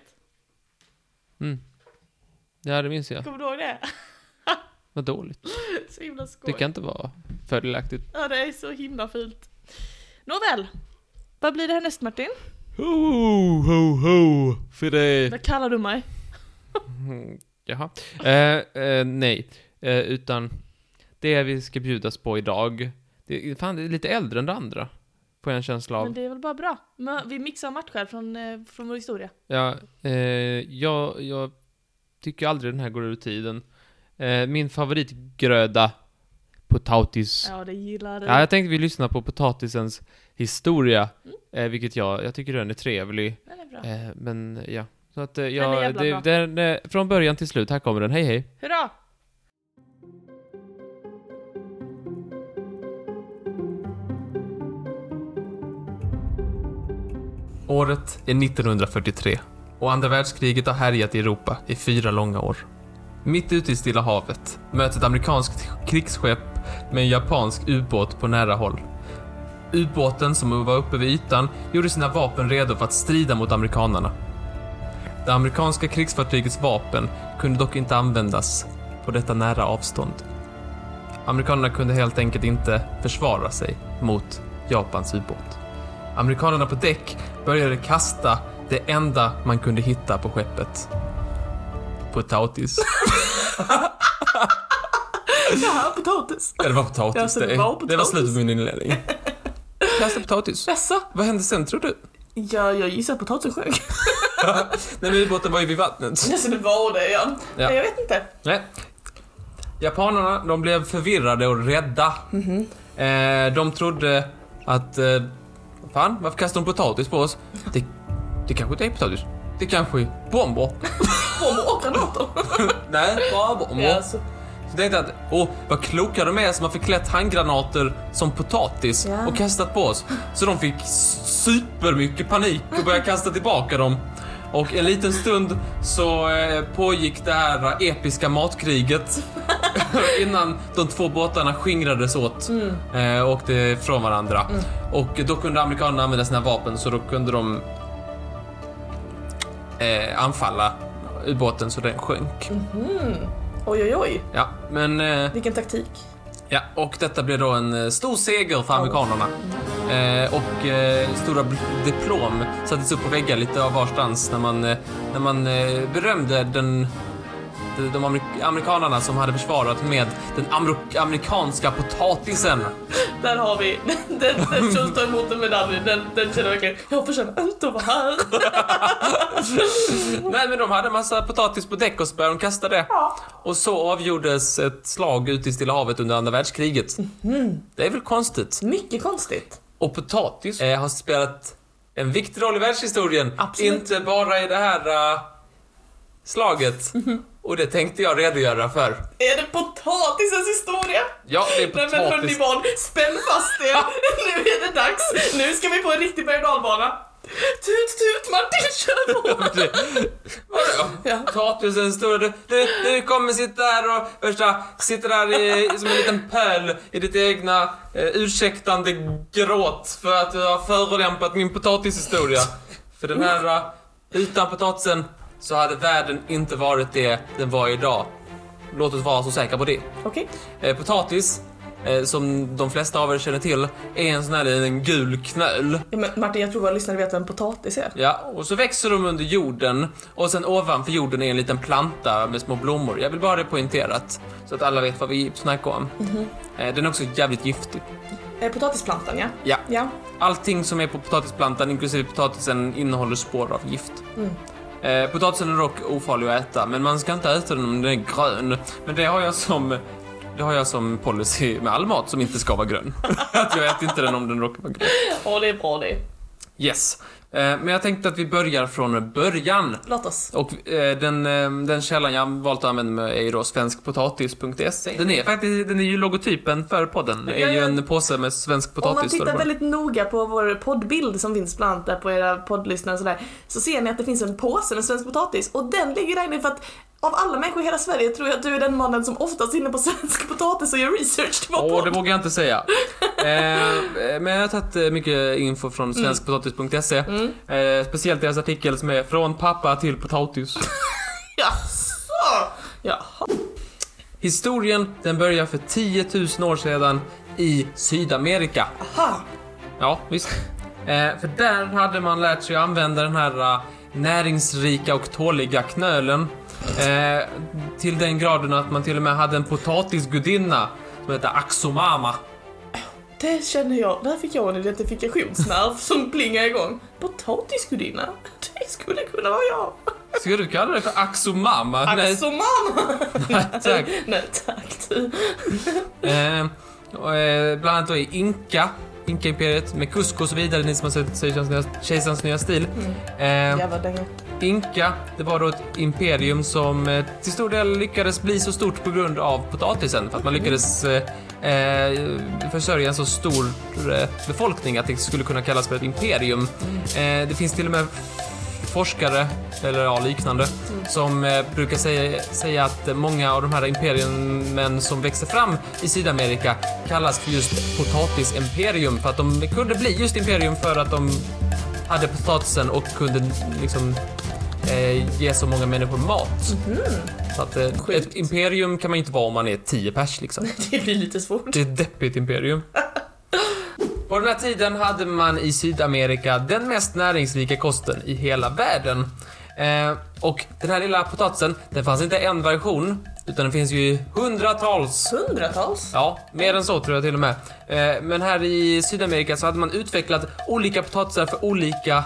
Speaker 2: Mm. Ja, det minns jag.
Speaker 1: Kommer du ihåg det?
Speaker 2: Vad dåligt.
Speaker 1: Så himla skoj.
Speaker 2: Det kan inte vara fördelaktigt.
Speaker 1: Ja, det är så himla fint. Nåväl. Vad blir det härnäst Martin?
Speaker 2: Ho, ho, ho! För det...
Speaker 1: Vad kallar du mig?
Speaker 2: Mm, Jaha. Eh, eh, nej, eh, utan det vi ska bjudas på idag, det, är- fan, det är lite äldre än det andra. Får jag en känsla av.
Speaker 1: Men det är väl bara bra. Men vi mixar matcher från, eh, från vår historia.
Speaker 2: Ja, eh, jag, jag tycker aldrig den här går ur tiden. Eh, min favoritgröda, potatis. Ja.
Speaker 1: Ja, det gillar du.
Speaker 2: jag tänkte vi lyssnar på potatisens historia,
Speaker 1: Mm.
Speaker 2: eh, vilket jag, jag tycker den är trevlig.
Speaker 1: Den är bra.
Speaker 2: Eh, men ja, så att eh,
Speaker 1: är
Speaker 2: jag,
Speaker 1: jävla
Speaker 2: det,
Speaker 1: bra.
Speaker 2: den, eh, från början till slut, här kommer den, hej hej.
Speaker 1: Hurra!
Speaker 2: Året är 1943 och andra världskriget har härjat i Europa i fyra långa år. Mitt ute i Stilla havet möts ett amerikanskt krigsskepp med en japansk ubåt på nära håll. Ubåten som var uppe vid ytan gjorde sina vapen redo för att strida mot amerikanarna. Det amerikanska krigsfartygets vapen kunde dock inte användas på detta nära avstånd. Amerikanerna kunde helt enkelt inte försvara sig mot Japans ubåt. Amerikanerna på däck började kasta det enda man kunde hitta på skeppet. Potatis.
Speaker 1: Ja, potatis.
Speaker 2: Ja, det var potatis.
Speaker 1: Ja, så det
Speaker 2: det,
Speaker 1: var potatis.
Speaker 2: det var slut på min inledning. Kasta potatis.
Speaker 1: Jaså?
Speaker 2: Vad hände sen tror du?
Speaker 1: Ja, jag gissar att potatisen sjönk.
Speaker 2: Nej, men ubåten var ju vid vattnet.
Speaker 1: Alltså det var det ja.
Speaker 2: Ja.
Speaker 1: Jag vet inte.
Speaker 2: Nej. Japanerna, de blev förvirrade och rädda.
Speaker 1: Mhm.
Speaker 2: Eh, de trodde att... Eh, fan, varför kastar de potatis på oss? Det, det kanske inte är potatis. Det kanske är bomber.
Speaker 1: Bomber och granater.
Speaker 2: Nej, bara bomber.
Speaker 1: Ja, alltså.
Speaker 2: Så tänkte jag att, åh, vad kloka de är som har förklätt handgranater som potatis
Speaker 1: Ja.
Speaker 2: och kastat på oss. Så de fick supermycket panik och började kasta tillbaka dem. Och en liten stund så eh, pågick det här episka matkriget innan de två båtarna skingrades åt eh, och åkte från varandra. Och då kunde amerikanerna använda sina vapen så då kunde de eh, anfalla ubåten så den sjönk.
Speaker 1: Oj oj oj,
Speaker 2: Ja, men... Eh,
Speaker 1: vilken taktik.
Speaker 2: Ja, och detta blev då en eh, stor seger för amerikanerna. Eh, och eh, stora bl- diplom sattes upp på väggar lite av varstans när man, eh, när man eh, berömde den, de, de amerik- amerikanerna som hade försvarat med den amro- amerikanska potatisen.
Speaker 1: Där har vi, den, den känns ta emot den med Danny. Den, den känner verkligen, jag förtjänar inte att vara här.
Speaker 2: Nej, men de hade en massa potatis på däck och så började de kasta det. Och så avgjordes ett slag ute i Stilla havet under andra världskriget. Det är väl konstigt?
Speaker 1: Mycket konstigt.
Speaker 2: Och potatis eh, har spelat en viktig roll i världshistorien.
Speaker 1: Absolut.
Speaker 2: Inte bara i det här eh, slaget.
Speaker 1: Mhm.
Speaker 2: Och det tänkte jag redogöra för.
Speaker 1: Är det potatisens historia?
Speaker 2: Ja, det är
Speaker 1: Nej men hörni
Speaker 2: potatis.
Speaker 1: barn, spänn fast er. nu är det dags. Nu ska vi på en riktig berg och dalbana. Tut tut Martin kör på!
Speaker 2: Vadå?
Speaker 1: Ja.
Speaker 2: Tatlusen stora, du, du, du kommer sitta här och värsta, sitta där i, som en liten pöl i ditt egna eh, ursäktande gråt för att du har förolämpat min potatishistoria. För den här, eh, utan potatisen så hade världen inte varit det den var idag. Låt oss vara så säkra på det.
Speaker 1: Okej.
Speaker 2: Eh, potatis, eh, som de flesta av er känner till, är en sån här liten gul knöl.
Speaker 1: Ja, men Martin, jag tror våra lyssnare vet vad en potatis är.
Speaker 2: Ja, och så växer de under jorden och sen ovanför jorden är en liten planta med små blommor. Jag vill bara ha det poängterat så att alla vet vad vi snackar om. Eh, Den är också jävligt giftig.
Speaker 1: Eh, potatisplantan, ja.
Speaker 2: Ja.
Speaker 1: Ja.
Speaker 2: Allting som är på potatisplantan, inklusive potatisen, innehåller spår av gift. Eh, potatisen är dock ofarlig att äta, men man ska inte äta den om den är grön. Men det har jag som, det har jag som policy med all mat som inte ska vara grön. att jag äter inte den om den råkar vara grön.
Speaker 1: Ja, det är bra det.
Speaker 2: Yes. Eh, men jag tänkte att vi börjar från början.
Speaker 1: Låt oss.
Speaker 2: Och eh, den, eh, den källan jag valt att använda mig är då svenskpotatis.se. Den är faktiskt, den är ju logotypen för podden. Det är ju en påse med svensk
Speaker 1: Om man
Speaker 2: potatis. står det
Speaker 1: tittar
Speaker 2: på.
Speaker 1: väldigt noga på vår poddbild som finns bland annat där på era poddlyssnare och sådär, så ser ni att det finns en påse med svensk potatis och den ligger där inne för att av alla människor i hela Sverige tror jag att du är den mannen som oftast är inne på svensk potatis och gör research till vår
Speaker 2: Åh, det
Speaker 1: podd.
Speaker 2: vågar jag inte säga. eh, eh, men jag har tagit eh, mycket info från
Speaker 1: Mm.
Speaker 2: svenskpotatis.se. Eh, speciellt deras artikel som är Från pappa till potatis.
Speaker 1: Jaså? Jaha.
Speaker 2: Historien, den börjar för 10 000 år sedan i Sydamerika.
Speaker 1: Ha.
Speaker 2: Ja, visst. Eh, för där hade man lärt sig att använda den här eh, näringsrika och tåliga knölen. Eh, till den graden att man till och med hade en potatisgudinna som hette Axomama.
Speaker 1: Det känner jag, där fick jag en identifikationsnerv som plingade igång. Potatisgudinna? Det skulle kunna vara jag.
Speaker 2: Ska du kalla det för Axomama?
Speaker 1: Axo mamma!
Speaker 2: Nej, tack.
Speaker 1: Nej tack du.
Speaker 2: Eh, och, eh, bland annat då i Inka, Inka-imperiet med Cusco och så vidare, ni som har sett Kejsarens nya, Kejsarens nya stil. Eh,
Speaker 1: Jävla dänga.
Speaker 2: Inka, det var då ett imperium som eh, till stor del lyckades bli så stort på grund av potatisen. För att man lyckades eh, eh, försörja en så stor eh, befolkning att det skulle kunna kallas för ett imperium. Eh, det finns till och med forskare, eller ja, liknande, som eh, brukar säga, säga att eh, många av de här imperiumen som växer fram i Sydamerika kallas för just potatisimperium för att de kunde bli just imperium för att de hade potatisen och kunde liksom eh, ge så många människor mat. Så att, eh,
Speaker 1: Sjukt.
Speaker 2: ett imperium kan man ju inte vara om man är 10 pers liksom.
Speaker 1: Det blir lite svårt.
Speaker 2: Det är ett deppigt imperium. På den här tiden hade man i Sydamerika den mest näringsrika kosten i hela världen. Eh, och den här lilla potatisen, den fanns inte en version, utan den finns ju i hundratals
Speaker 1: Hundratals?
Speaker 2: Ja, mer än så tror jag till och med. Eh, Men här i Sydamerika så hade man utvecklat olika potatisar för olika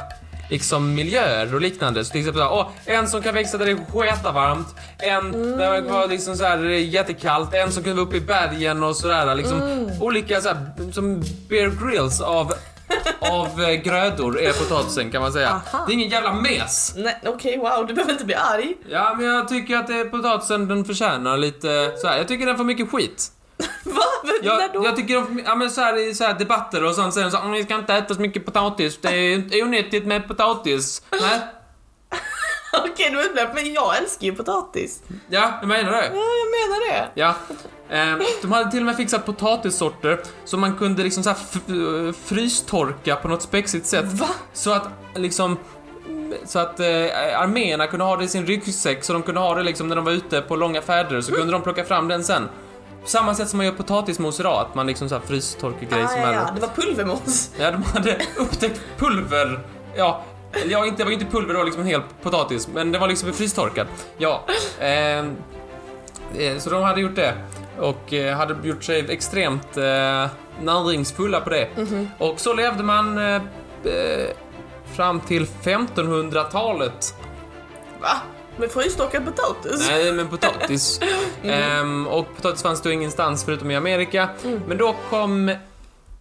Speaker 2: liksom miljöer och liknande. Så till exempel såhär, åh, en som kan växa där det är varmt, en där det var liksom så här jättekallt, en som kunde vara uppe i bergen och sådär. Liksom olika så här, som Bear Grylls av, av eh, grödor är potatisen kan man säga.
Speaker 1: Aha.
Speaker 2: Det är ingen jävla mes.
Speaker 1: Nej okej wow, du behöver inte bli arg.
Speaker 2: Ja, men jag tycker att det är potatisen den förtjänar lite så här. Jag tycker den får mycket skit.
Speaker 1: Va? Men
Speaker 2: Jag,
Speaker 1: när då?
Speaker 2: jag tycker de, ja men så här i så här debatter och sånt säger de så här, "Mm, vi ska inte äta så mycket potatis, det är onyttigt med potatis. Nej,
Speaker 1: Okej, du är upplevt, men jag älskar ju potatis.
Speaker 2: ja, jag menar
Speaker 1: Ja,
Speaker 2: det.
Speaker 1: jag menar det.
Speaker 2: Ja. Eh, De hade till och med fixat potatissorter som man kunde liksom så här f- eh, frystorka på något spexigt sätt.
Speaker 1: Va?
Speaker 2: Så att liksom så att eh, arméerna kunde ha det i sin ryggsäck så de kunde ha det liksom när de var ute på långa färder så kunde de plocka fram den sen. På samma sätt som man gör potatismos idag, att man liksom så här frystorkar grejer
Speaker 1: Ah,
Speaker 2: som
Speaker 1: ja,
Speaker 2: är
Speaker 1: ja, det var pulvermos.
Speaker 2: Ja, de hade upptäckt pulver. Ja, eller ja, inte, det var inte pulver, det var liksom en hel potatis, men det var liksom frystorkad. Ja, ehm, eh, så de hade gjort det och eh, hade gjort sig extremt eh, näringsfulla på det. Och så levde man eh, eh, fram till 1500-talet.
Speaker 1: Va? Med frystorkad potatis?
Speaker 2: Nej, men potatis. Ehm, och potatis fanns då ingenstans förutom i Amerika. Men då kom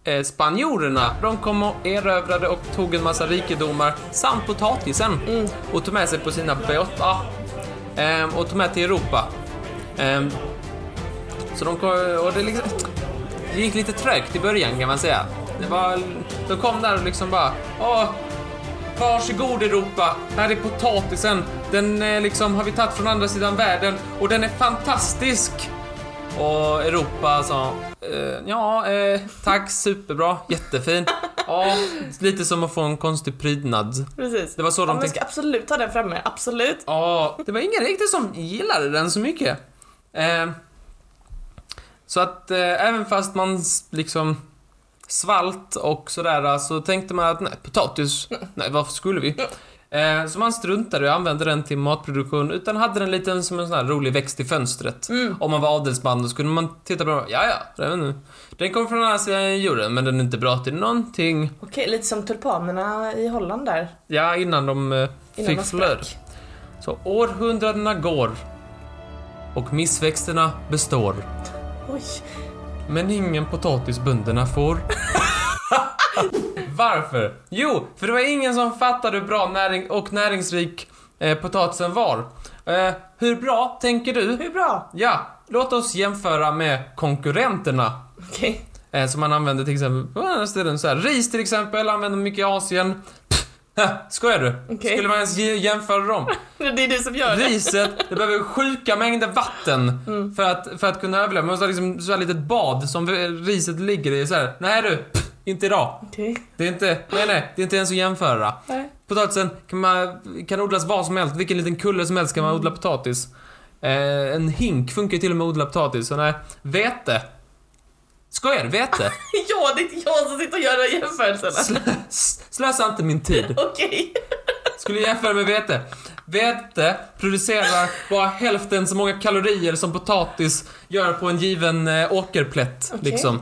Speaker 2: eh, spanjorerna. De kom och erövrade och tog en massa rikedomar samt potatisen och tog med sig på sina båtar Ehm, och tog med till Europa. Ehm, så de kom, och det, liksom, det gick lite trögt i början kan man säga. Det var, de kom där och liksom bara Åh, Varsågod Europa, här är potatisen. Den eh, liksom har vi tagit från andra sidan världen och den är fantastisk. Och Europa sa, eh, ja, eh, tack, superbra, jättefin. Ja, lite som att få en konstig prydnad.
Speaker 1: Precis.
Speaker 2: Det var så
Speaker 1: ja,
Speaker 2: de
Speaker 1: men vi
Speaker 2: tänkte.
Speaker 1: ska absolut ha den framme, absolut.
Speaker 2: Ja, det var ingen riktigt som gillade den så mycket. Eh, så att eh, även fast man s- liksom svalt och sådär eh, så tänkte man att nej, potatis, nej varför skulle vi? Eh, så man struntade och använde den till matproduktion utan hade den lite som en sån här rolig växt i fönstret. Om man var adelsman då skulle man titta på den och ja ja, den, den kommer från andra sidan jorden men den är inte bra till någonting.
Speaker 1: Okej, lite som tulpanerna i Holland där.
Speaker 2: Ja, innan de eh,
Speaker 1: Innan
Speaker 2: fick
Speaker 1: de sprack.
Speaker 2: flöde. Så århundradena går och missväxterna består.
Speaker 1: Oj.
Speaker 2: Men ingen potatis bönderna får. Varför? Jo, för det var ingen som fattade hur bra näring och näringsrik eh, potatisen var. Eh, hur bra, tänker du?
Speaker 1: Hur bra?
Speaker 2: Ja, låt oss jämföra med konkurrenterna.
Speaker 1: Okej.
Speaker 2: Eh, som man använder till exempel på andra ställen. Så här, ris till exempel använder man mycket i Asien. Pff, ha, Skojar du?
Speaker 1: Okej.
Speaker 2: Skulle man ens ge- jämföra dem?
Speaker 1: Det är du som gör det.
Speaker 2: Riset, det behöver sjuka mängder vatten för, att, för att kunna överleva. Man måste ha liksom så här litet bad som riset ligger i. Så här, nej du, pff, inte idag.
Speaker 1: Okej.
Speaker 2: Det är inte, nej nej, det är inte ens att jämföra.
Speaker 1: Nej.
Speaker 2: Potatisen kan, man, kan odlas var som helst, vilken liten kulle som helst kan man odla potatis. Eh, en hink funkar ju till och med att odla potatis, så nej. Vete. Skojar du? Vete?
Speaker 1: Ja, det är inte jag som sitter och gör de jämförelserna.
Speaker 2: Slö, s- slösa inte min tid.
Speaker 1: Okej.
Speaker 2: Skulle jämföra med vete. Vete producerar bara hälften så många kalorier som potatis gör på en given eh, åkerplätt.
Speaker 1: Okej. Mhm.
Speaker 2: Liksom.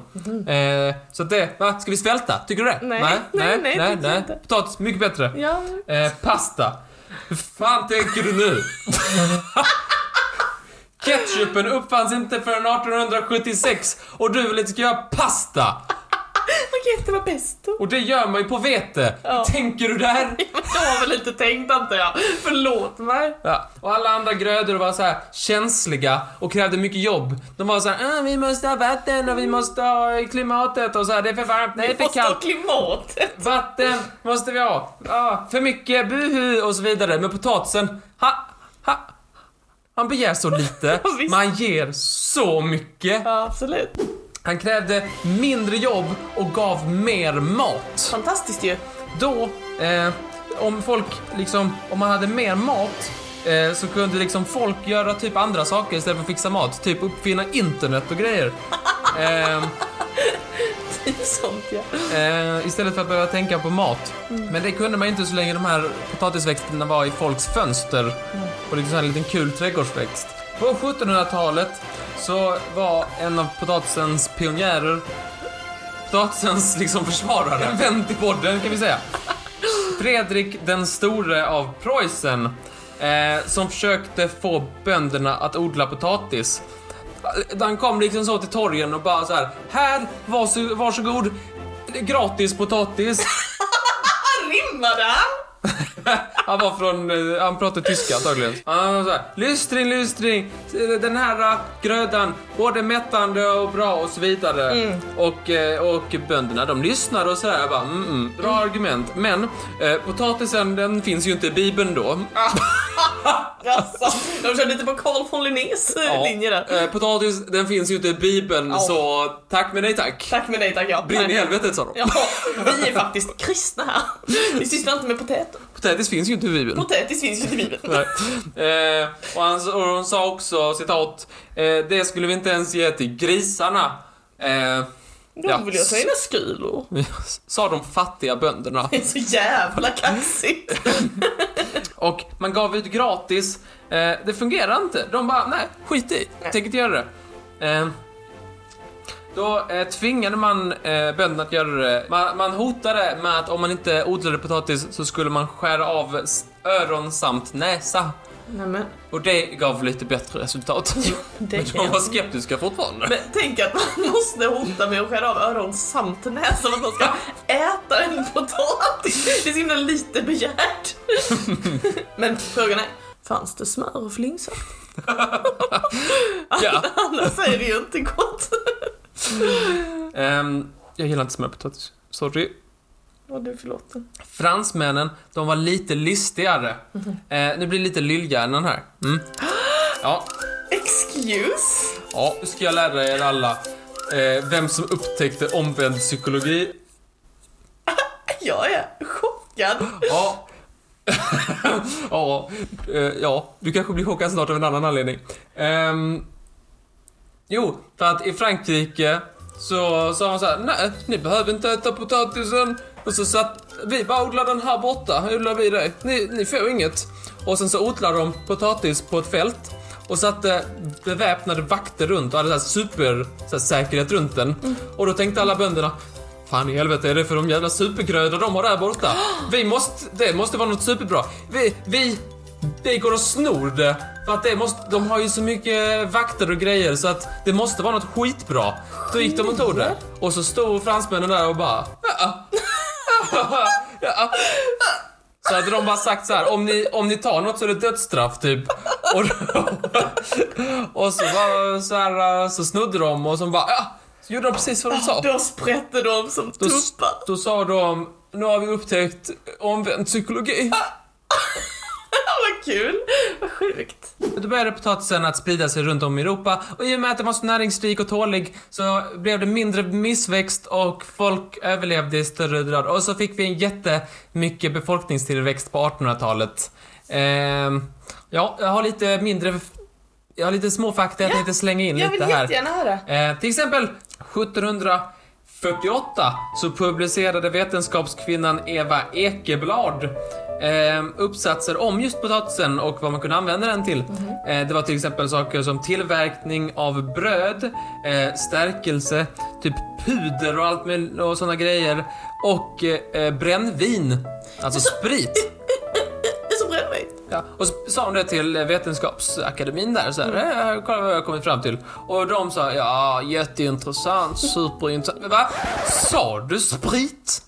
Speaker 2: Eh, så att det, va? Ska vi svälta? Tycker du det?
Speaker 1: Nej. Nej, nej, tycker jag inte.
Speaker 2: Potatis, mycket bättre.
Speaker 1: Ja.
Speaker 2: Eh, pasta. Hur fan tänker du nu? Ketchupen uppfanns inte förrän 1876 och du vill inte ska göra pasta.
Speaker 1: Okej, det var pesto.
Speaker 2: Och det gör man ju på vete.
Speaker 1: Ja.
Speaker 2: Tänker du där?
Speaker 1: Men Jag har väl inte tänkt antar jag. Förlåt mig.
Speaker 2: Ja. Och alla andra grödor var så här känsliga och krävde mycket jobb. De var så här, "Ah, vi måste ha vatten och vi måste ha klimatet och så här, det är för varmt, nej det är för
Speaker 1: Mm. Måste ha
Speaker 2: kallt.
Speaker 1: klimatet.
Speaker 2: Vatten måste vi ha. Ja, för mycket, buhu och så vidare. Men potatisen, ha, ha, han begär så lite,
Speaker 1: Ja, visst.
Speaker 2: man ger så mycket.
Speaker 1: Ja, absolut.
Speaker 2: Han krävde mindre jobb och gav mer mat.
Speaker 1: Fantastiskt ju.
Speaker 2: Då, eh, om folk liksom, om man hade mer mat eh, så kunde liksom folk göra typ andra saker istället för att fixa mat. Typ uppfinna internet och grejer. Eh,
Speaker 1: Typ sånt ja.
Speaker 2: eh, istället för att behöva tänka på mat. Men det kunde man ju inte så länge de här potatisväxterna var i folks fönster. Och liksom så här en liten kul trädgårdsväxt. På 1700-talet så var en av potatisens pionjärer potatisens liksom försvarare, en vän till podden kan vi säga. Fredrik den store av Preussen eh, som försökte få bönderna att odla potatis. Han kom liksom så till torgen och bara så här, här, varså- varsågod, gratis potatis.
Speaker 1: Han rimmade han!
Speaker 2: Han var från, eh, han pratade tyska antagligen. Han var såhär, lystring, lystring, den här eh, grödan, både mättande och bra och så vidare.
Speaker 1: Mm.
Speaker 2: Och, eh, och bönderna de lyssnade och sådär, Jag bara, mm, mm, bra argument. Men eh, potatisen den finns ju inte i bibeln då.
Speaker 1: Alltså, de körde lite på Carl von Linnés eh, linje där.
Speaker 2: Eh, potatis den finns ju inte i bibeln
Speaker 1: Ja.
Speaker 2: så tack men nej tack.
Speaker 1: Tack men nej tack ja.
Speaker 2: Brinn i
Speaker 1: Nej.
Speaker 2: helvetet sa de.
Speaker 1: Ja, vi är faktiskt kristna här. Vi sysslar inte med potäter.
Speaker 2: Potatis finns ju inte i bibeln.
Speaker 1: Potätis finns ju inte i Bibeln.
Speaker 2: Nej. Eh, och, han, och hon sa också, citat, eh, det skulle vi inte ens ge till grisarna. Eh,
Speaker 1: De
Speaker 2: Ja.
Speaker 1: vill ju ha sina skulor.
Speaker 2: sa de fattiga bönderna.
Speaker 1: Det är så jävla kaxigt.
Speaker 2: Och man gav ut gratis. Eh, det fungerar inte. De bara, nej, skit i. Tänker inte göra det. Eh, då eh, tvingade man eh, bönderna att göra det. Man, man hotade med att om man inte odlade potatis så skulle man skära av s- öron samt näsa.
Speaker 1: Nej men,
Speaker 2: Och det gav lite bättre resultat. Men
Speaker 1: det
Speaker 2: de
Speaker 1: kan
Speaker 2: var skeptiska fortfarande.
Speaker 1: Men tänk att man måste hota med att skära av öron samt näsa för att man ska äta en potatis. Det är så himla lite begärt. Men frågan är, fanns det smör och flingsalt?
Speaker 2: Ja.
Speaker 1: Annars är det ju inte gott.
Speaker 2: Ehm, jag gillar inte smörpotatis. Sorry.
Speaker 1: var du förlåten.
Speaker 2: Fransmännen, de var lite listigare. Eh, nu blir det lite lillhjärnan här. Mm. Ja,
Speaker 1: Excuse?
Speaker 2: ja, nu ska jag lära er alla eh, vem som upptäckte omvänd psykologi.
Speaker 1: Jag är chockad.
Speaker 2: Ja. ja, eh, ja, du kanske blir chockad snart av en annan anledning. Ehm, jo, för att i Frankrike så sa man så här, nej, ni behöver inte äta potatisen. Och så satt, vi bara odlar den här borta, odlar vi det. Ni, ni får inget. Och sen så odlade de potatis på ett fält och satte beväpnade vakter runt och hade så här super så här, säkerhet runt den. Och då tänkte alla bönderna, Fan i helvete är det för de jävla supergrödor de har där borta? Vi måste, det måste vara något superbra. Vi, vi, vi går och snor det. För att det måste, de har ju så mycket vakter och grejer så att det måste vara något skitbra. Då gick de och tog det. Och så stod fransmännen där och bara... "Ja, ja, ja." Så hade de bara sagt så här, om ni, om ni tar något så är det dödsstraff typ. Och, och så, bara, så, här, så snodde de och så bara... "Ja." Så gjorde de precis vad de sa.
Speaker 1: Då sprätte de som
Speaker 2: Då,
Speaker 1: tuppar.
Speaker 2: då sa de, nu har vi upptäckt omvänd psykologi.
Speaker 1: Vad kul. Vad sjukt.
Speaker 2: Då började potatisen att sprida sig runt om i Europa och i och med att den var så näringsrik och tålig så blev det mindre missväxt och folk överlevde i större grad. Och så fick vi en jättemycket befolkningstillväxt på 1800-talet. Ehm, ja, jag har lite mindre, jag har lite små fakta jag
Speaker 1: Ja,
Speaker 2: tänkte slänga in
Speaker 1: Jag vill
Speaker 2: lite här.
Speaker 1: jättegärna höra.
Speaker 2: Eh, till exempel 1748 så publicerade vetenskapskvinnan Eva Ekeblad eh, uppsatser om just potatisen och vad man kunde använda den till. Eh, det var till exempel saker som tillverkning av bröd, eh, stärkelse, typ puder och allt med, och sådana grejer. Och eh, eh, brännvin, alltså sprit.
Speaker 1: Det är som brännvin.
Speaker 2: Ja, och så sa hon det till Vetenskapsakademin där så här, "Eh, kolla vad jag har kommit fram till. Och de sa, ja jätteintressant, superintressant. Men Va? Sa du sprit?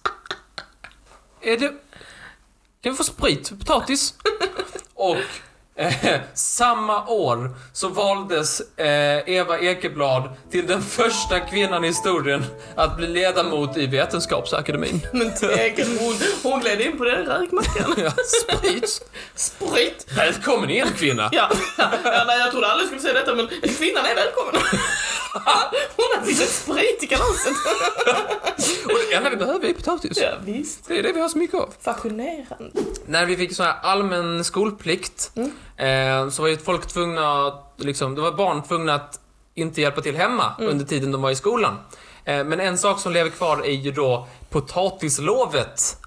Speaker 2: Är det... Kan vi få sprit för potatis? Och eh, samma år så valdes eh, Eva Ekeblad till den första kvinnan i historien att bli ledamot i Vetenskapsakademin.
Speaker 1: Men tänk, hon, hon gled in på den rökmackan.
Speaker 2: Ja, sprit?
Speaker 1: Sprit.
Speaker 2: Välkommen in kvinna!
Speaker 1: Ja. ja, nej jag trodde aldrig jag skulle säga detta men kvinnan är välkommen. Hon har lite sprit i kalaset.
Speaker 2: Och det enda vi behöver är potatis.
Speaker 1: Ja, visst.
Speaker 2: Det är det vi har så mycket av.
Speaker 1: Fascinerande.
Speaker 2: När vi fick sån här allmän skolplikt eh, så var ju folk tvungna att, liksom, det var barn tvungna att inte hjälpa till hemma under tiden de var i skolan. Eh, men en sak som lever kvar är ju då potatislovet.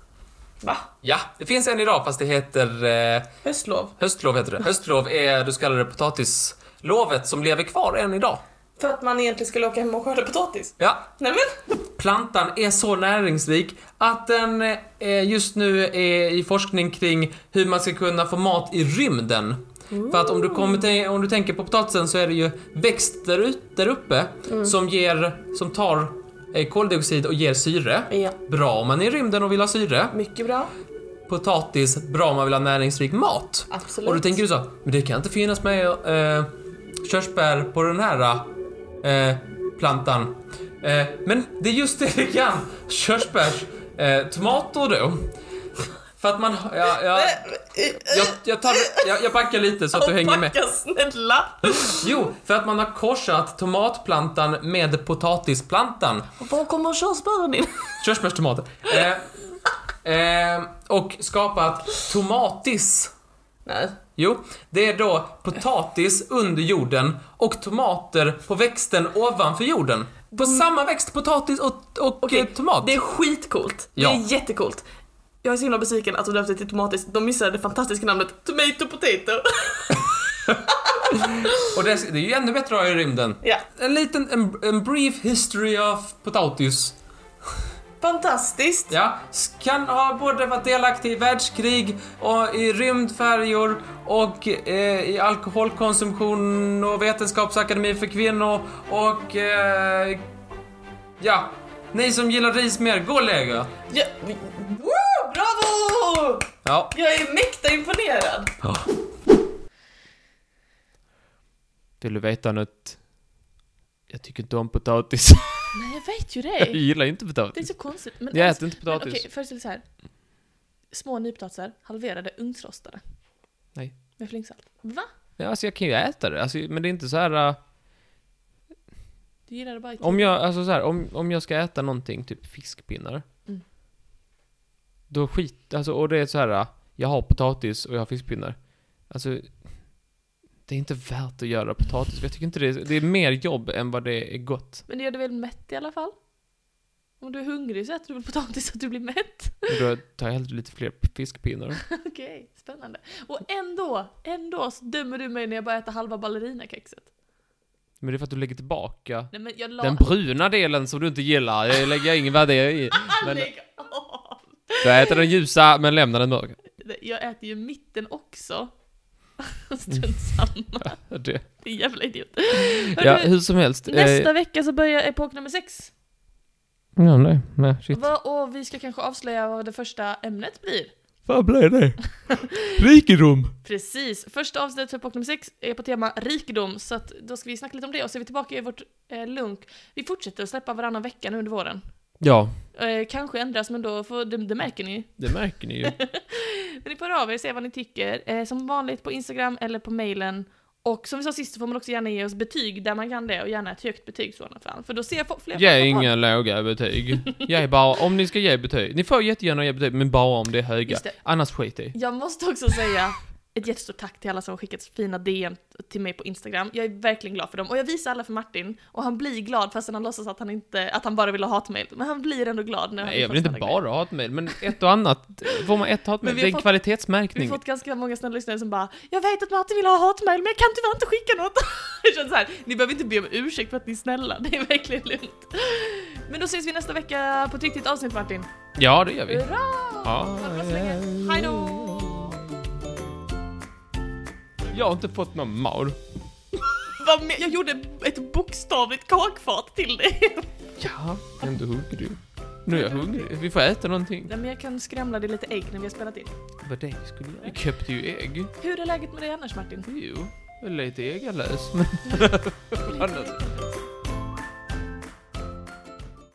Speaker 1: Va?
Speaker 2: Ja, det finns en idag fast det heter eh,
Speaker 1: Höstlov?
Speaker 2: höstlov. Heter det. Höstlov är, du kallar det potatislovet som lever kvar än idag.
Speaker 1: För att man egentligen skulle åka hem och skörda potatis?
Speaker 2: Ja,
Speaker 1: Nej men,
Speaker 2: plantan är så näringsrik att den eh, just nu är i forskning kring hur man ska kunna få mat i rymden. För att om du, kommer till, om du tänker på potatisen så är det ju växter ut där uppe som, ger, som tar eh, koldioxid och ger syre.
Speaker 1: Ja.
Speaker 2: Bra om man är i rymden och vill ha syre.
Speaker 1: mycket bra.
Speaker 2: Potatis, bra om man vill ha näringsrik mat.
Speaker 1: Absolut.
Speaker 2: Och då tänker du så, men det kan inte finnas med eh, körsbär på den här eh, plantan. Eh, men det är just det det kan. Körsbärs, eh, tomater då. För att man, ja, ja, jag, jag, tar, jag, jag backar lite så att du hänger med.
Speaker 1: Alpacka, snälla!
Speaker 2: Jo, för att man har korsat tomatplantan med potatisplantan.
Speaker 1: Var kommer körsbären in?
Speaker 2: Körsbärstomater. Eh, eh, och skapat tomatis.
Speaker 1: Nej.
Speaker 2: Jo, det är då potatis under jorden och tomater på växten ovanför jorden. På samma växt, potatis och, och
Speaker 1: Mm. Okej,
Speaker 2: eh, tomat.
Speaker 1: det är skitcoolt.
Speaker 2: Ja.
Speaker 1: Det är jättecoolt. Jag är så himla besviken att de döpte till tomatis. De missade det fantastiska namnet Tomato Potato.
Speaker 2: Och det, är- det är ju ännu bättre att ha i rymden.
Speaker 1: ja,
Speaker 2: En liten, en, en brief history of potatis.
Speaker 1: fantastiskt.
Speaker 2: Ja, S- kan ha både varit delaktig i världskrig och i rymdfärjor och eh, i alkoholkonsumtion och vetenskapsakademi för kvinnor och eh, ja, ni som gillar ris mer, gå och lägg er.
Speaker 1: Ja. Woo, bravo!
Speaker 2: Ja.
Speaker 1: Jag är mäkta imponerad.
Speaker 3: Vill du veta något? Jag tycker inte om potatis.
Speaker 1: Nej, jag vet ju
Speaker 2: Jag
Speaker 1: det.
Speaker 2: gillar ju inte
Speaker 1: Det är
Speaker 2: potatis.
Speaker 1: så konstigt. Men
Speaker 2: Jag
Speaker 1: alltså,
Speaker 2: äter inte
Speaker 1: men okej,
Speaker 2: potatis.
Speaker 1: föreställ dig så här. Små nypotatisar, halverade, ugnsrostade.
Speaker 2: Nej.
Speaker 1: Med flingsalt. Va?
Speaker 2: Ja, alltså jag kan ju äta det, alltså, men det är inte så här... äh,
Speaker 1: Du gillar det bara i typ-
Speaker 2: Om jag, alltså så här, om, om jag ska äta någonting, typ fiskpinnar.
Speaker 1: Mm.
Speaker 2: Då skit, alltså, och det är så här, äh, jag har potatis och jag har fiskpinnar. Alltså, det är inte värt att göra potatis. Jag tycker inte det är, det är mer jobb än vad det är gott.
Speaker 1: Men det gör dig väl mätt i alla fall? Om du är hungrig så äter du väl potatis så att du blir mätt?
Speaker 2: Och då tar jag hellre lite fler fiskpinnar.
Speaker 1: Okej, spännande. Och ändå, ändå så dömer du mig när jag bara äter halva ballerinakexet.
Speaker 2: Men det är för att du lägger tillbaka
Speaker 1: Nej men jag la...
Speaker 2: den bruna delen som du inte gillar. Det lägger jag ingen värdering i. Men
Speaker 1: Lägg av!
Speaker 2: du äter den ljusa, men lämnar den mörka.
Speaker 1: Det- Jag äter ju mitten också. Strunt samma.
Speaker 2: Det.
Speaker 1: Det är jävla idiot.
Speaker 2: Ja,
Speaker 1: Hörru,
Speaker 2: hur som helst.
Speaker 1: nästa
Speaker 2: Eh,
Speaker 1: vecka så börjar epok nummer sex.
Speaker 2: ja, nej, nej, shit.
Speaker 1: Va, och vi ska kanske avslöja vad det första ämnet blir.
Speaker 2: Vad blev det? Rikedom!
Speaker 1: Precis. Första avsnittet för epok nummer 6 är på tema rikedom, så att då ska vi snacka lite om det och så är vi tillbaka i vårt eh, lunk. Vi fortsätter att släppa varannan vecka nu under våren.
Speaker 2: Ja,
Speaker 1: Eh, kanske ändras, men då får, det, det märker ni.
Speaker 2: det märker ni ju.
Speaker 1: Men ni får höra av er, se vad ni tycker. Eh, som vanligt på Instagram eller på mailen. Och som vi sa sist så får man också gärna ge oss betyg där man kan det och gärna ett högt betyg i sådana fall. För då ser fo- fler
Speaker 2: Ge
Speaker 1: folk vad-
Speaker 2: inga låga betyg. Ge bara, om ni ska ge betyg. Ni får jättegärna ge betyg, men bara om det är höga.
Speaker 1: Just det.
Speaker 2: Annars skit i.
Speaker 1: Jag måste också säga ett jättestort tack till alla som har skickat fina DM till mig på Instagram. Jag är verkligen glad för dem. Och jag visar alla för Martin, och han blir glad fastän han låtsas att han, inte, att han bara vill ha hatmejl. Men han blir ändå glad när han
Speaker 2: Nej, jag vill inte
Speaker 1: får snälla grejer.
Speaker 2: bara ha ett mejl, men ett och annat. Får man ett
Speaker 1: Men
Speaker 2: hatmejl?
Speaker 1: vi
Speaker 2: Det
Speaker 1: har
Speaker 2: är en
Speaker 1: fått- Vi
Speaker 2: kvalitetsmärkning.
Speaker 1: har fått ganska många snälla lyssnare som bara “Jag vet att Martin vill ha hatmejl men jag kan tyvärr inte skicka något”. Jag känner så här, ni behöver inte be om ursäkt för att ni är snälla, det är verkligen lugnt. Men då ses vi nästa vecka på ett riktigt avsnitt Martin.
Speaker 2: Ja, det gör vi.
Speaker 1: Hurra!
Speaker 2: Ja,
Speaker 1: Ha det bra så länge. Hej då!
Speaker 2: Jag har inte fått någon maur.
Speaker 1: Vad men- Jag gjorde ett bokstavligt kakfat till dig.
Speaker 2: Ja, ändå hungrig. Nu är jag hungrig. Vi får äta någonting.
Speaker 1: Nej men jag kan skramla dig lite ägg när vi har spelat in.
Speaker 2: Vad det vi skulle göra? Vi köpte ju ägg.
Speaker 1: Hur är läget med dig annars Martin?
Speaker 2: Jo, jag är lite äggalös. men- Annars-